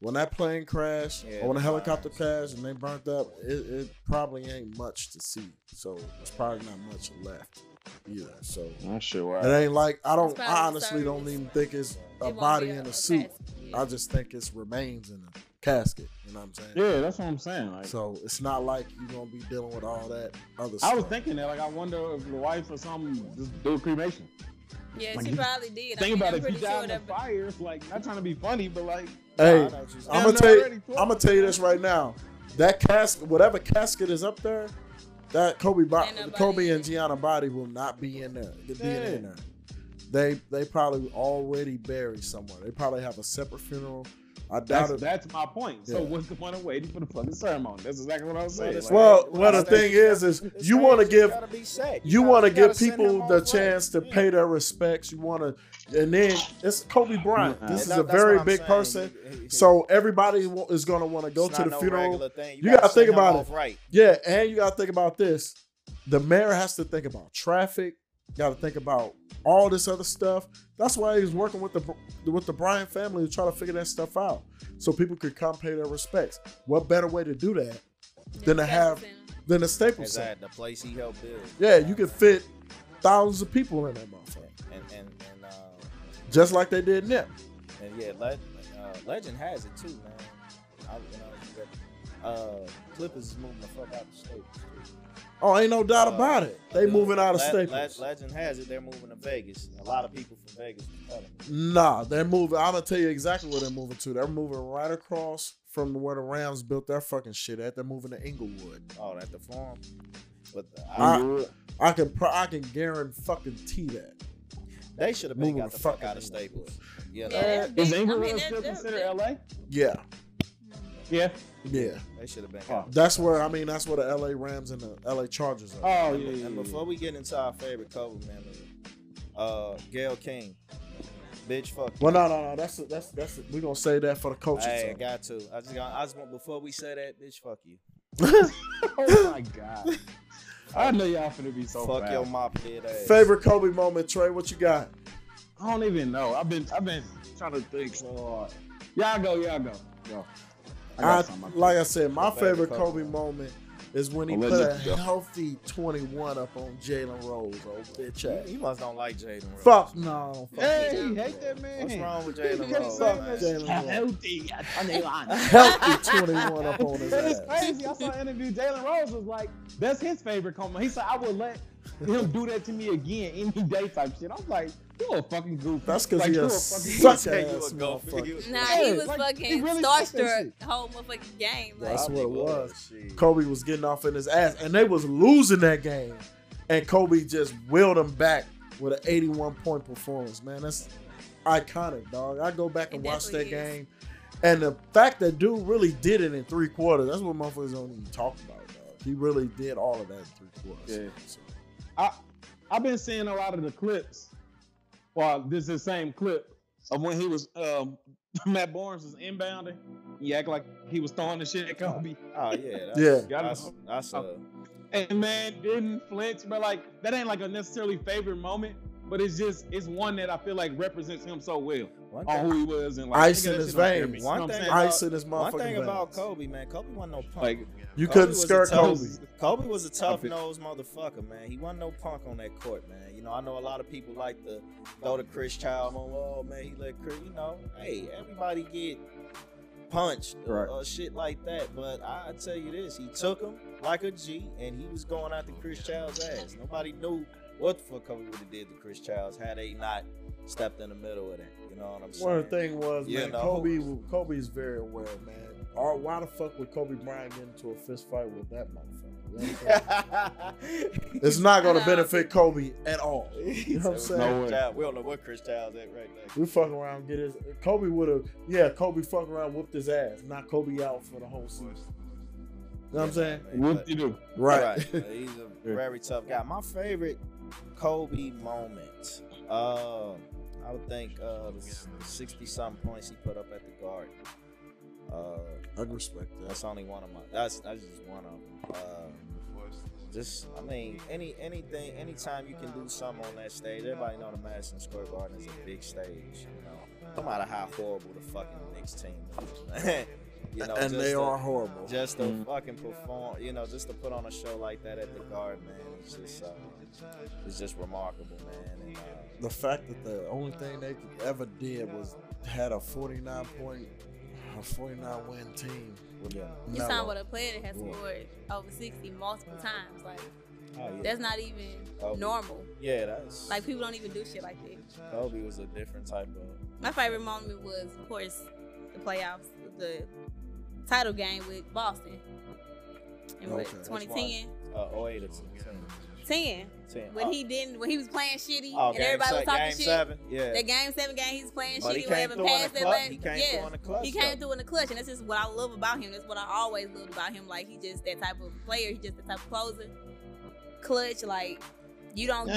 S5: When that plane crashed
S4: Yeah,
S5: or when
S4: the
S5: a helicopter
S4: fires.
S5: crashed and they burnt up, it, it probably ain't much to see. So there's probably not much left either. So
S1: that shit wild.
S5: it ain't like I don't.
S2: It's probably
S5: I honestly
S2: service.
S5: don't even think it's
S2: It
S5: a
S2: won't
S5: body
S2: be
S5: in a suit.
S2: casket, yeah.
S5: I just think it's remains in a casket. You know what I'm saying?
S1: yeah that's what I'm saying like
S5: So it's not like you're gonna be dealing with all that other stuff.
S1: I was thinking that like I wonder if the wife or something just do cremation
S2: yeah,
S1: Like,
S2: she
S1: you-
S2: probably did.
S1: Think
S2: I mean,
S1: about
S2: I'm
S1: it. If you
S2: pretty
S1: die
S2: sure
S1: in a
S2: that-
S1: fire, it's like not trying to be funny, but like
S5: Hey,
S4: I know what you're saying.
S5: I'm gonna
S1: Damn,
S5: tell
S1: they
S5: you.
S1: already told
S5: I'm gonna
S1: us.
S5: tell you this right now. That casket, whatever casket is up there, that Kobe, bo-
S2: Ain't nobody
S5: Kobe
S2: in
S5: and
S2: it.
S5: Gianna body will not be in there. Be
S1: Yeah.
S5: in there. They they probably already buried somewhere. They probably have a separate funeral. I doubt
S1: that's
S5: it.
S1: that's my point. So
S5: Yeah.
S1: what's the point of waiting for the fucking ceremony? That's exactly what I was
S4: Well,
S1: saying.
S4: it's-
S1: Like,
S5: Well,
S4: Like,
S5: well, the
S4: like,
S5: thing is, is
S4: It's
S5: you
S4: crazy.
S5: want to give
S4: gotta be set.
S5: you
S4: gotta-
S5: want to
S4: gotta
S5: give
S4: send him
S5: people
S4: on
S5: the
S4: his way.
S5: chance to
S4: Yeah.
S5: pay their respects. You want to, and then it's Kobe Bryant.
S1: Nah.
S5: This is
S4: And
S5: a
S4: that- that's
S5: very
S4: what I'm
S5: big
S4: saying.
S5: person,
S4: He- he-
S5: so everybody wa- is going to want to go
S4: it's
S5: to
S4: not
S5: the
S4: no
S5: funeral.
S4: regular thing.
S5: You gotta
S4: send
S5: think
S4: him
S5: about
S4: off Right.
S5: Yeah, and you got to think about this. The mayor has to think about traffic. Got to think about all this other stuff. That's why he's working with the with the Bryant family to try to figure that stuff out, so people could come pay their respects. What better way to do that than to have than the Staples
S4: Is
S5: Center?
S4: that the place he helped build?
S5: Yeah, you can fit thousands of people in that motherfucker,
S4: And and and uh,
S5: just like they did Nip.
S4: and yeah, le- uh, legend has it too, man. I, when I was at- uh, Clippers is moving the fuck out the Staples. too.
S5: Oh, ain't no doubt
S4: Uh,
S5: about it. They
S4: Dude,
S5: moving out of
S4: le-
S5: Staples.
S4: le- legend has it they're moving to Vegas. A lot of people from Vegas. was telling me.
S5: Nah, they're moving. I'm gonna tell you exactly where they're moving to. They're moving right across from where the Rams built their fucking shit at. They're moving to Inglewood.
S4: Oh, at the farm. But I,
S5: I- I can pro- I can guarantee fucking t that.
S4: they should have been
S5: moving
S4: got
S5: the
S4: the fuck
S5: fucking
S4: out of
S5: thing.
S4: Staples. Yeah,
S2: Yeah, that's
S1: is
S2: big.
S1: Inglewood
S2: I mean,
S1: uh, still
S2: that's- that's
S1: considered
S2: big.
S1: LA?
S5: Yeah,
S1: Yeah.
S5: yeah.
S4: they should have been.
S1: Oh.
S4: Out.
S5: That's where I mean. That's where the LA Rams and the LA Chargers are.
S1: Oh yeah. yeah,
S4: And before we get into our favorite cover memory, uh, Gail King, bitch, fuck. you.
S5: Well, no, no, no. That's that's that's. We gonna say that for the coaches.
S4: Hey, I
S5: though.
S4: got to. I just got. I just want before we say that, bitch, fuck you.
S1: yeah. oh my god. I know y'all finna be so
S4: fuck
S1: proud.
S4: your mop head ass.
S5: Favorite Kobe moment, Trey? What you got?
S1: I don't even know. I've been I've been trying to think so hard. Y'all go, y'all go. Go. I
S5: I,
S1: got something.
S5: like I said, my
S4: Your favorite
S5: favorite
S4: Kobe
S5: Kobe moment is when he
S1: I'll let
S5: put
S1: you
S5: a
S1: go.
S5: healthy 21 up on Jalen Rose, old bitch
S4: You,
S5: ass.
S4: you must don't like Jaden. Rose.
S5: Fuck no. Fuck
S1: Hey,
S5: Jalen
S1: hate that
S5: Rose.
S1: man.
S4: What's wrong with Jaden
S1: Fuck
S4: Rose?
S5: Fuck
S4: man?
S5: Jalen Rose.
S1: Healthy. I know you are.
S5: Healthy 21 up on his
S1: That is
S5: ass.
S1: crazy. I saw an interview. Jalen Rose was like, that's his favorite comment. He said, I would let him do that to me again any day type shit. I was like, you a fucking goof.
S5: That's because
S1: like,
S5: he
S1: you
S5: a
S1: goof.
S5: suck ass
S4: Say you a goofy.
S5: motherfucker.
S4: You-
S2: Nah,
S1: Yeah,
S2: he was
S1: like, he
S2: fucking
S1: really fucked that
S2: starstruck whole motherfucking game. Like,
S5: That's
S4: I
S5: what it
S4: think
S5: was.
S4: Shit.
S5: Kobe was getting off in his ass, and they was losing that game. And Kobe just wheeled him back with an 81 point performance, man. That's iconic, dog. I go back and
S2: It
S5: watch that
S2: definitely is.
S5: game. And the fact that dude really did it in three quarters, that's what motherfuckers don't even talk about, dog. He really did all of that in three quarters.
S1: Yeah.
S5: So,
S1: I, I've been seeing a lot of the clips. Well, this is the same clip of when he was, um, Matt Barnes was inbounding. He act like he was throwing the shit at Kobe.
S4: Oh yeah. That's,
S5: Yeah.
S4: That's, that's a.
S1: and man didn't flinch. But like that ain't like a necessarily favorite moment, but it's just it's one that I feel like represents him so well.
S5: Oh,
S4: One
S1: on
S4: thing,
S1: who he was and like
S5: Ice
S1: nigga,
S5: in
S1: that
S5: his
S1: shit don't scare
S5: veins.
S1: me. You
S4: One
S1: know what I'm
S4: thing
S1: saying?
S5: Ice in his
S4: uh, one
S5: motherfucking
S4: thing about
S5: veins.
S4: Kobe, man, Kobe wasn't no punk.
S1: Like
S5: You
S4: Kobe
S5: couldn't
S4: was a
S5: skirt
S4: tough-
S5: Kobe.
S1: Kobe.
S4: Kobe was a tough
S1: Stop it.
S4: nosed motherfucker, man. He wasn't no punk on that court, man. You know, I know a lot of people like to throw the Chris Child on. Oh man, he let Chris. You know, hey, everybody get punched or,
S5: Right.
S4: or shit like that. But I I tell you this, he took him like a G, and he was going after Chris Child's ass. Nobody knew what the fuck Kobe would have did to Chris Child's had they not stepped in the middle of that. You know what I'm saying?
S5: One thing was,
S4: You
S5: man,
S4: know.
S5: Kobe Kobe. Kobe's very aware, man. Or why the fuck would Kobe Bryant get into a fist fight with that motherfucker? You know what I'm saying? it's not going to
S2: No.
S5: benefit Kobe at all.
S4: you
S5: know what I'm saying?
S1: No way.
S4: we don't know what Chris Child's at right now.
S5: We fuck around, get his. Kobe would have, yeah, Kobe fuck around, whooped his ass, knock Kobe out for the whole season. You know what I'm saying?
S1: what you do?
S4: Right. Uh, He's a very tough guy. My favorite Kobe moment. Uh, I would think uh, the sixty something points he put up at the Garden. Uh,
S5: I can respect
S4: that's only one of my. That's that's just one of them. Uh, just I mean, any anything, anytime you can do something on that stage. Everybody know the Madison Square Garden is a big stage. You know, no matter how horrible the fucking Knicks team is, you know,
S5: and
S4: just
S5: they
S4: the-
S5: are horrible.
S4: just to
S5: Mm.
S4: fucking perform, you know, just to put on a show like that at the Garden, man, it's just, uh, it's just remarkable, man. And, uh,
S5: the fact that the only thing they ever did was had a 49 point, a 49 win team. With
S4: Yeah.
S2: You
S5: Melo.
S2: sound with a player that has
S5: Yeah.
S2: scored over 60 multiple times. Like,
S4: oh, yeah.
S2: that's not even
S4: Oh.
S2: normal.
S4: yeah, that's
S2: Like, people don't even do shit like that.
S4: Kobe was a different type of.
S2: My favorite moment was, of course, the playoffs, the title game with Boston. In what,
S5: Okay. Which one?
S2: 2010?
S4: Uh, 08 or 10.
S2: 10.
S4: 10.
S2: When
S4: Oh,
S2: he didn't, when he was playing shitty
S4: oh,
S2: and
S4: game
S2: everybody was
S4: se-
S2: talking
S4: game
S2: shit.
S4: Seven. Yeah.
S2: That game seven game, he was playing
S4: But he
S2: shitty,
S4: came
S2: whatever.
S4: through on
S2: Passed
S4: the
S2: that
S4: clutch.
S2: last,
S4: He came
S2: yeah.
S4: through on the clutch.
S2: He came through in the clutch, and that's just what I love about him. That's what I always loved about him. Like he just that type of player. He just the type of closer, clutch. Like you don't get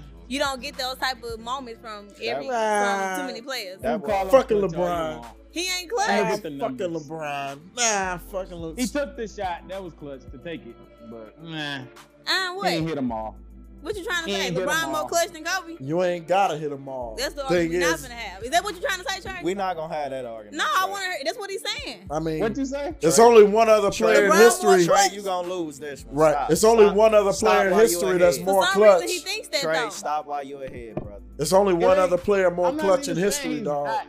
S1: Nah.
S2: you don't get those type of moments from every
S5: Nah.
S2: from too many players.
S4: That
S1: You call
S4: was,
S1: him
S5: Fucking
S1: clutch all you
S5: LeBron.
S1: want.
S2: He ain't
S1: Hey,
S5: Nah,
S2: clutch.
S1: get the
S5: fucking
S1: numbers.
S5: LeBron. Nah, fucking
S1: He
S5: LeBron.
S1: took the shot. That was clutch to take it, but nah,
S2: Uh,
S1: he ain't
S2: what?
S1: hit them all.
S2: What you trying to
S1: He
S2: say?
S1: ain't hit 'em
S2: LeBron more
S1: all.
S2: clutch than Kobe?
S5: You ain't gotta hit them all.
S2: That's the
S5: Thing
S2: argument I'm
S5: is-
S2: gonna have. Is that what you trying to say, Trey?
S4: we're not gonna have that argument.
S2: No, I
S4: Trey.
S2: want to. hear. That's what he's saying.
S5: I mean,
S1: What you say?
S5: it's only one other player in
S2: LeBron
S5: history.
S2: wants Trey-
S4: Trey, you gonna lose this one.
S5: Right.
S4: Stop.
S5: It's only
S4: Stop.
S5: one other
S4: Stop
S5: player in
S4: while you
S5: history
S4: ahead.
S5: that's
S2: For
S5: more
S2: some
S5: clutch.
S2: reason, he thinks that
S4: Trey,
S2: though.
S4: stop while you're ahead, brother.
S5: It's only one
S1: ain't-
S5: other player more
S1: I'm not
S5: clutch in
S1: even
S5: history,
S1: saying
S5: dog.
S1: that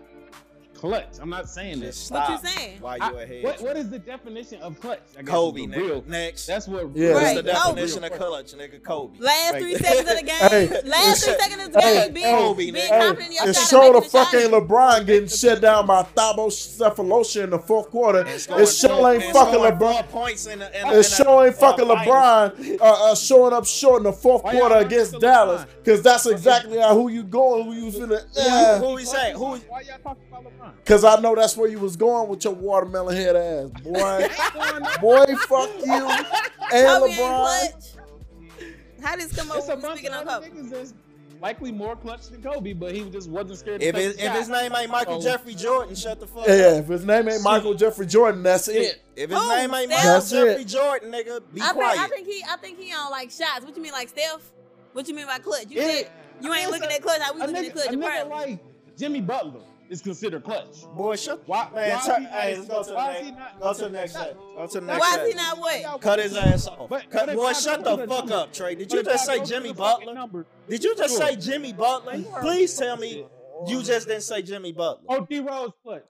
S1: Clutch. I'm not saying this.
S4: Just
S2: What you
S4: stop
S2: saying?
S4: while
S1: I-
S4: you're ahead.
S1: What What is the definition of clutch? I guess
S4: Kobe,
S1: is the real.
S4: nigga. Next.
S1: That's what.
S5: Yeah.
S4: That's
S2: Right.
S4: the
S2: Kobe.
S4: definition of clutch, nigga. Kobe.
S2: Last
S4: Like-
S2: three seconds of the game.
S5: Hey,
S2: last three
S5: it's-
S2: seconds of the game.
S5: hey,
S2: being
S4: Kobe,
S2: being
S4: man.
S2: confident in your
S5: It
S2: shot.
S5: showed
S2: and
S5: the
S2: making the
S5: fucking
S2: shot.
S5: LeBron getting shut down by thymocephalosia in the fourth quarter. It sure ain't
S4: And
S5: fucking
S4: scoring
S5: LeBron.
S4: four Points in the, in the,
S5: It sure
S4: in
S5: ain't
S4: the,
S5: fucking
S4: in the
S5: LeBron uh, uh, showing up short in the fourth
S1: Why
S5: quarter
S1: y'all not
S5: against
S1: to LeBron?
S5: Dallas because that's exactly how who you going, who you finna.
S4: finals.
S5: Yeah.
S4: Who we saying? Who?
S1: Why y'all talking about LeBron?
S5: Because I know that's where you was going with your watermelon head ass, boy. boy, fuck you and
S2: Kobe ain't
S5: LeBron.
S2: clutch. How did this come
S1: It's a
S2: up with
S1: bunch
S2: speaking on
S1: of other
S2: Kobe?
S1: niggas that's likely more clutch than Kobe, but he just wasn't scared. To
S4: If,
S1: take
S4: it,
S1: the
S4: if
S1: shot.
S4: his name ain't Michael
S1: Oh.
S4: Jeffrey Jordan, shut the fuck
S5: Yeah,
S4: up.
S5: if his name ain't Michael Jeffrey Jordan, that's it.
S4: If his
S2: Boom,
S4: name ain't
S2: Steph.
S4: Michael
S5: That's it.
S4: Jeffrey Jordan, nigga, be
S2: Oh, I think,
S4: quiet.
S2: I think he I think he on like shots. What you mean like Steph? What you mean by clutch? You
S1: Yeah.
S2: said you
S1: I
S2: ain't
S1: mean, it's
S2: looking
S1: a-
S2: at clutch. How we
S1: a
S2: looking at
S1: nigga,
S2: clutch?
S1: a nigga
S2: Apparently.
S1: like Jimmy Butler is considered clutch.
S4: Boy, shut
S1: Why-
S4: man, turn-
S1: why is he not-
S4: hey, let's go to the
S1: why is he
S4: next.
S1: not-
S4: Go to the next.
S1: Why-
S4: set. Go to the next.
S2: Why is he
S4: set.
S2: not what?
S4: Cut his ass off.
S1: But-
S4: Cut,
S1: but if
S4: boy,
S1: I
S4: shut the
S1: go to the
S4: fuck
S1: number-
S4: up, Trey. Did
S1: But
S4: you
S1: if
S4: just
S1: I
S4: say
S1: go to
S4: Jimmy
S1: the fucking
S4: Butler?
S1: Number,
S4: Did you just
S1: Sure.
S4: say Jimmy Butler? Please tell me you just didn't say Jimmy Butler.
S1: oh, D Rose clutch.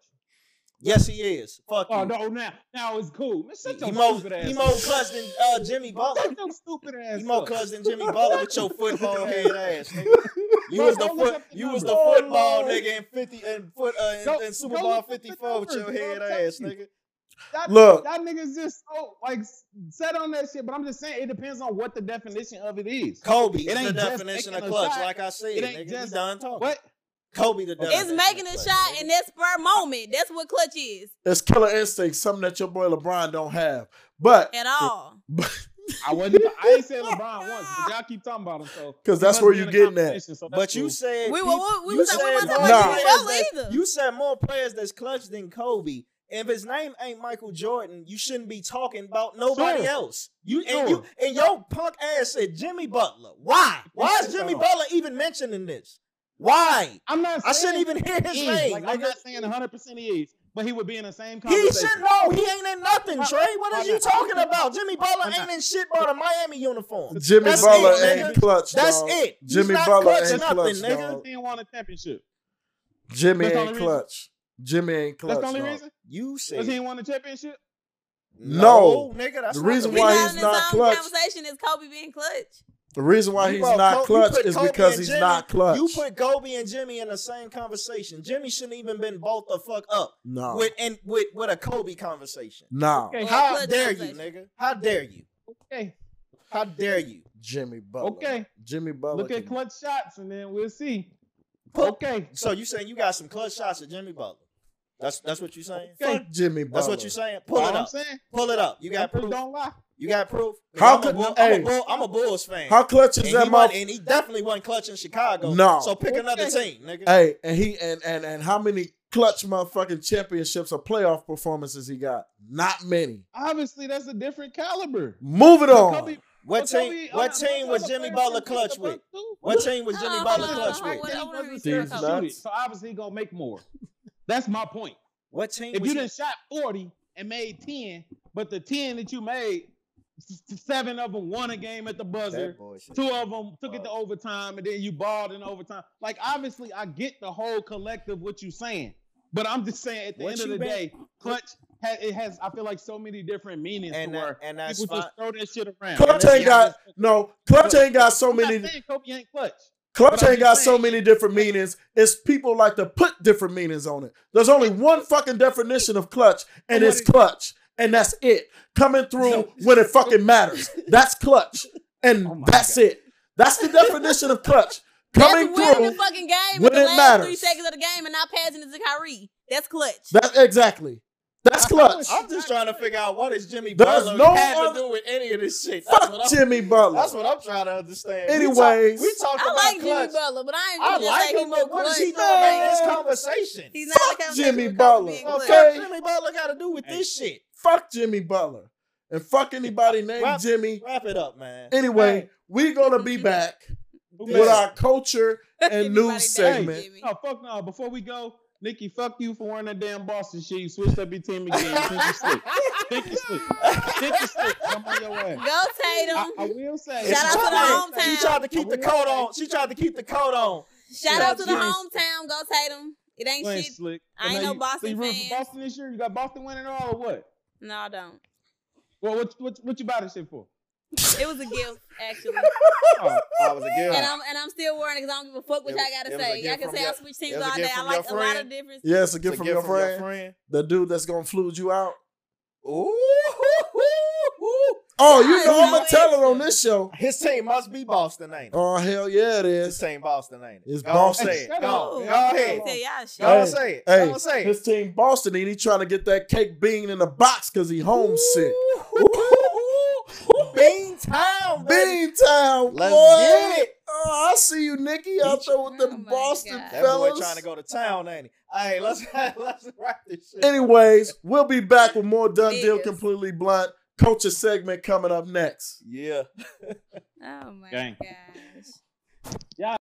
S4: Yes, he is. Fuck
S1: Oh
S4: you.
S1: no, now now it's cool. Man, shut your
S4: He more,
S1: stupid ass.
S4: he more clutch than uh, Jimmy Butler.
S1: Shut your stupid ass.
S4: He more
S1: up.
S4: clutch than Jimmy Butler with your football head ass. nigga. You was the
S1: Don't look
S4: foot,
S1: up the
S4: you was the
S5: numbers.
S4: football
S5: Oh, Lord.
S4: nigga in fifty and foot uh, in,
S1: Don't-
S4: in Super
S1: don't
S4: Bowl
S1: look up the
S4: fifty four with your
S1: numbers,
S4: head
S1: bro. I'm
S4: ass,
S1: telling
S4: nigga.
S1: That,
S5: Look.
S1: that niggas just so like set on that shit. But I'm just saying, it depends on what the definition of it is.
S4: Kobe
S1: It
S4: is the
S1: ain't just
S4: definition of
S1: making a
S4: clutch,
S1: shot.
S4: like I said.
S1: It ain't
S4: nigga.
S1: just-
S4: we done talking.
S1: What?
S4: Kobe the
S2: It's
S4: definition.
S2: making a
S4: of clutch,
S2: shot
S4: nigga.
S2: in that spur moment. That's what clutch is
S5: It's killer instinct, something that your boy LeBron don't have. But
S2: at all.
S1: I wasn't. I ain't say LeBron once, but y'all keep talking about him. So
S5: 'Cause
S1: he
S5: that's
S1: must
S5: where
S1: be
S5: you
S1: in the
S5: getting at.
S1: competition, so that's
S4: But you
S1: cool.
S4: said
S2: We
S4: peop-
S2: were- we- we
S4: you
S2: was like, we
S4: said
S2: wasn't talking
S4: more
S5: about
S4: players
S2: Jimmy Butler
S4: that-
S2: either.
S4: You said more players that's clutch than Kobe. If his name ain't Michael Jordan, you shouldn't be talking about nobody
S1: Sure.
S4: else. You
S1: Sure.
S4: and you and your punk ass said Jimmy Butler. Why? Why is Jimmy Butler even mentioned in this? Why?
S1: I'm not.
S4: I
S1: saying
S4: shouldn't even hear his
S1: he is.
S4: name.
S1: Like,
S4: nigga.
S1: I'm not saying 100 percent he is, but he would be in the same
S4: He
S1: conversation.
S4: should know. He ain't in nothing,
S1: Why-
S4: Trey. What
S1: why
S4: are you
S1: not?
S4: talking about? Jimmy Butler
S1: Why not?
S4: ain't in shit but a Miami uniform.
S5: Jimmy
S4: That's
S5: Butler
S4: it,
S5: ain't
S4: nigga.
S5: clutch.
S4: That's
S5: dog.
S4: it. He's
S5: Jimmy
S4: not
S5: Butler
S4: clutch
S5: ain't
S4: nothing,
S5: clutch,
S4: nigga.
S5: dog.
S1: He won a championship.
S5: Jimmy
S1: That's the
S5: ain't
S1: only reason.
S5: clutch. Jimmy ain't clutch.
S1: That's the only
S5: dog.
S1: reason.
S4: You
S1: Because he
S4: said
S1: ain't won a championship.
S5: No.
S4: nigga. That's
S5: The
S4: not
S5: reason
S2: We
S5: why
S2: got
S5: he's
S2: in the
S5: not
S2: same
S5: clutch.
S2: Conversation is Kobe being clutch.
S5: The reason why
S4: You
S5: he's
S4: put
S5: not
S4: Kobe-
S5: clutch
S4: you put
S5: is
S4: Kobe
S5: because
S4: and
S5: he's
S4: Jimmy-
S5: not clutch.
S4: You put Kobe and Jimmy in the same conversation. Jimmy shouldn't even been both the fuck up
S5: no,
S4: with and with with a Kobe conversation.
S5: no,
S1: Okay.
S4: How
S2: Clutch
S4: dare you,
S2: conversation.
S4: nigga? How dare you?
S1: Okay.
S4: How dare you?
S5: Jimmy Butler.
S1: Okay.
S5: Jimmy Butler.
S1: Look at
S5: can-
S1: clutch shots, and then we'll see.
S4: Put-
S1: Okay.
S4: So you saying you got some clutch shots at Jimmy Butler? That's that's what you saying?
S1: Okay.
S5: Fuck Jimmy Butler.
S4: That's what you saying? Pull
S1: All
S4: it
S1: I'm
S4: up.
S1: saying.
S4: Pull it up. You got
S1: Numbers
S4: proof.
S1: don't lie.
S4: You got proof. 'Cause
S5: How
S4: I'm, a
S5: could-
S4: Bull, I'm,
S5: hey.
S4: a Bull, I'm a Bulls fan.
S5: How clutch
S4: and,
S5: is
S4: he
S5: that
S4: wasn't-
S5: motherfucker?
S4: and he definitely wasn't clutch in Chicago.
S5: No.
S4: So pick another team, nigga.
S5: Hey, and he and and and how many clutch motherfucking championships or playoff performances he got? Not many.
S1: Obviously, that's a different caliber.
S5: Move it on.
S1: Kobe-
S4: what
S1: Kobe-
S4: team?
S1: uh,
S4: What team was
S1: Kobe
S4: Jimmy
S1: played
S4: Butler
S1: against
S4: clutch
S1: the
S4: with?
S1: Bucks, too.
S4: What team was Jimmy
S2: Hold on,
S4: Butler
S2: hold on,
S4: clutch
S2: hold on.
S4: with?
S2: What- I wanna
S1: He
S2: read
S1: wasn't
S2: your
S5: These
S1: shoot
S2: comment.
S1: it. So obviously he gonna make more. That's my point.
S4: What team?
S1: If
S4: was
S1: you
S4: he-
S1: done shot 40 and made 10, but the 10 that you made, s- s- seven of them won a game at the buzzer.
S4: That bullshit.
S1: Two of them took it to overtime, and then you balled in overtime. Like obviously, I get the whole collective what you saying, but I'm just saying at the
S4: What
S1: end of
S4: you
S1: the
S4: been-
S1: day, clutch ha- it has. I feel like so many different meanings
S4: And
S1: to
S4: that,
S1: where
S4: and that's
S1: people
S4: fine.
S1: just throw that shit around.
S5: Clutch
S1: And
S5: ain't
S1: that's-
S5: got no. Clutch ain't got so
S1: I'm not
S5: many.
S1: saying Kobe ain't clutch.
S5: Clutch
S1: I'm
S5: ain't got
S1: just
S5: so
S1: saying-
S5: many different meanings. It's people like to put different meanings on it. There's only one fucking definition of clutch, and
S1: What
S5: it's
S1: is-
S5: clutch, and that's it. Coming through
S1: No.
S5: when it fucking matters. That's clutch, and
S1: Oh my
S5: that's
S1: God.
S5: it. That's the definition of clutch. Coming
S2: That's winning
S5: through.
S2: the fucking game
S5: when
S2: in the
S5: it
S2: last three
S5: matters.
S2: seconds of the game and not passing it to Kyrie. That's clutch.
S5: That's exactly. That's clutch.
S4: I'm just trying to figure out what is Jimmy
S5: There's
S4: Butler
S5: no
S4: had
S5: other-
S4: to do with any of this shit. That's what
S5: Fuck
S4: I'm,
S5: Jimmy Butler.
S4: that's what I'm trying to understand.
S5: Anyways.
S4: we talk, we talk
S2: I
S4: about
S2: like Jimmy
S4: clutch.
S2: Butler, but I ain't
S4: I
S2: gonna just
S4: like
S2: say
S4: him, but what does he
S2: he's
S4: know
S2: not
S4: about this
S2: clutch.
S4: conversation?
S2: He's not
S5: Fuck
S2: in the conversation
S5: Jimmy
S2: with Kobe being
S5: Butler.
S2: clutch.
S5: Okay.
S4: What Jimmy Butler got to do with this shit?
S5: Fuck Jimmy Butler. And fuck anybody named
S4: Rap-
S5: Jimmy.
S4: Wrap it up, man.
S5: Anyway, we're gonna be back
S1: Who
S5: with
S1: made-
S5: our culture and
S2: Everybody
S5: news
S2: does,
S5: segment.
S2: Jimmy.
S1: No, fuck no. Before we go, Nikki, fuck you for wearing that damn Boston shit. You switched up your team again. Think you slick. Think you slick. Think you slick. I'm on your ass.
S2: Go Tatum.
S1: I, I will say.
S2: Shout out to the
S4: Hey,
S2: hometown.
S4: She tried to keep the coat on. She tried to keep the coat on.
S2: Shout out to the
S1: Yeah.
S2: hometown. Go Tatum. It ain't
S1: You ain't
S2: shit.
S1: slick.
S2: I ain't
S1: Now
S2: no
S1: you-
S2: Boston
S1: so you rooting for
S2: fan.
S1: Boston this year? You got Boston winning all or what?
S2: No, I don't.
S1: Well, what what what you buy this shit for?
S2: It was a gift, actually.
S1: Oh,
S6: I was a gift.
S2: And I'm and I'm still wearing it because I don't give a fuck what
S6: It
S2: y'all
S6: was-
S2: gotta
S6: it was a
S2: say. Y'all
S6: gift
S2: can
S6: from
S2: say I
S6: your-
S2: switch teams
S6: it was a
S2: all day.
S6: gift
S2: I
S6: from
S2: like a
S6: your
S2: lot of
S6: friend.
S2: different.
S5: Yeah, it's a gift
S6: It's a
S5: from,
S6: gift
S5: your, friend, The dude that's gonna flood you out.
S4: Ooh.
S5: Oh, you
S2: Guys,
S5: know I'm
S2: no
S5: gonna tell her on
S2: extra.
S5: this show.
S4: His team must be Boston, ain't it?
S5: Oh hell yeah, it
S4: His
S5: is.
S4: team Boston, ain't it?
S5: It's
S4: Go on,
S5: Boston.
S4: Say it.
S1: Shut
S4: Go,
S1: up.
S4: on.
S2: Ooh,
S4: go
S1: Y'all
S4: ahead.
S2: Tell y'all shit.
S4: Go on, say it.
S5: Hey,
S4: Go on, say
S5: his
S4: it.
S5: team Boston, and he trying to get that cake bean in a box because he homesick.
S4: Bean Town, baby.
S5: Bean Town,
S4: Let's
S5: boy.
S4: get it.
S5: Oh, I see you, Nikki, out there with
S2: Oh
S5: them
S2: my
S5: Boston
S2: God.
S4: That
S5: fellas.
S4: boy trying to go to town, ain't he? Hey, let's let's wrap this shit.
S5: Anyways, we'll be back with more Done Deal
S2: Niggas.
S5: Completely Blunt culture segment coming up next.
S4: Yeah.
S2: Oh my
S1: Gang.
S2: gosh.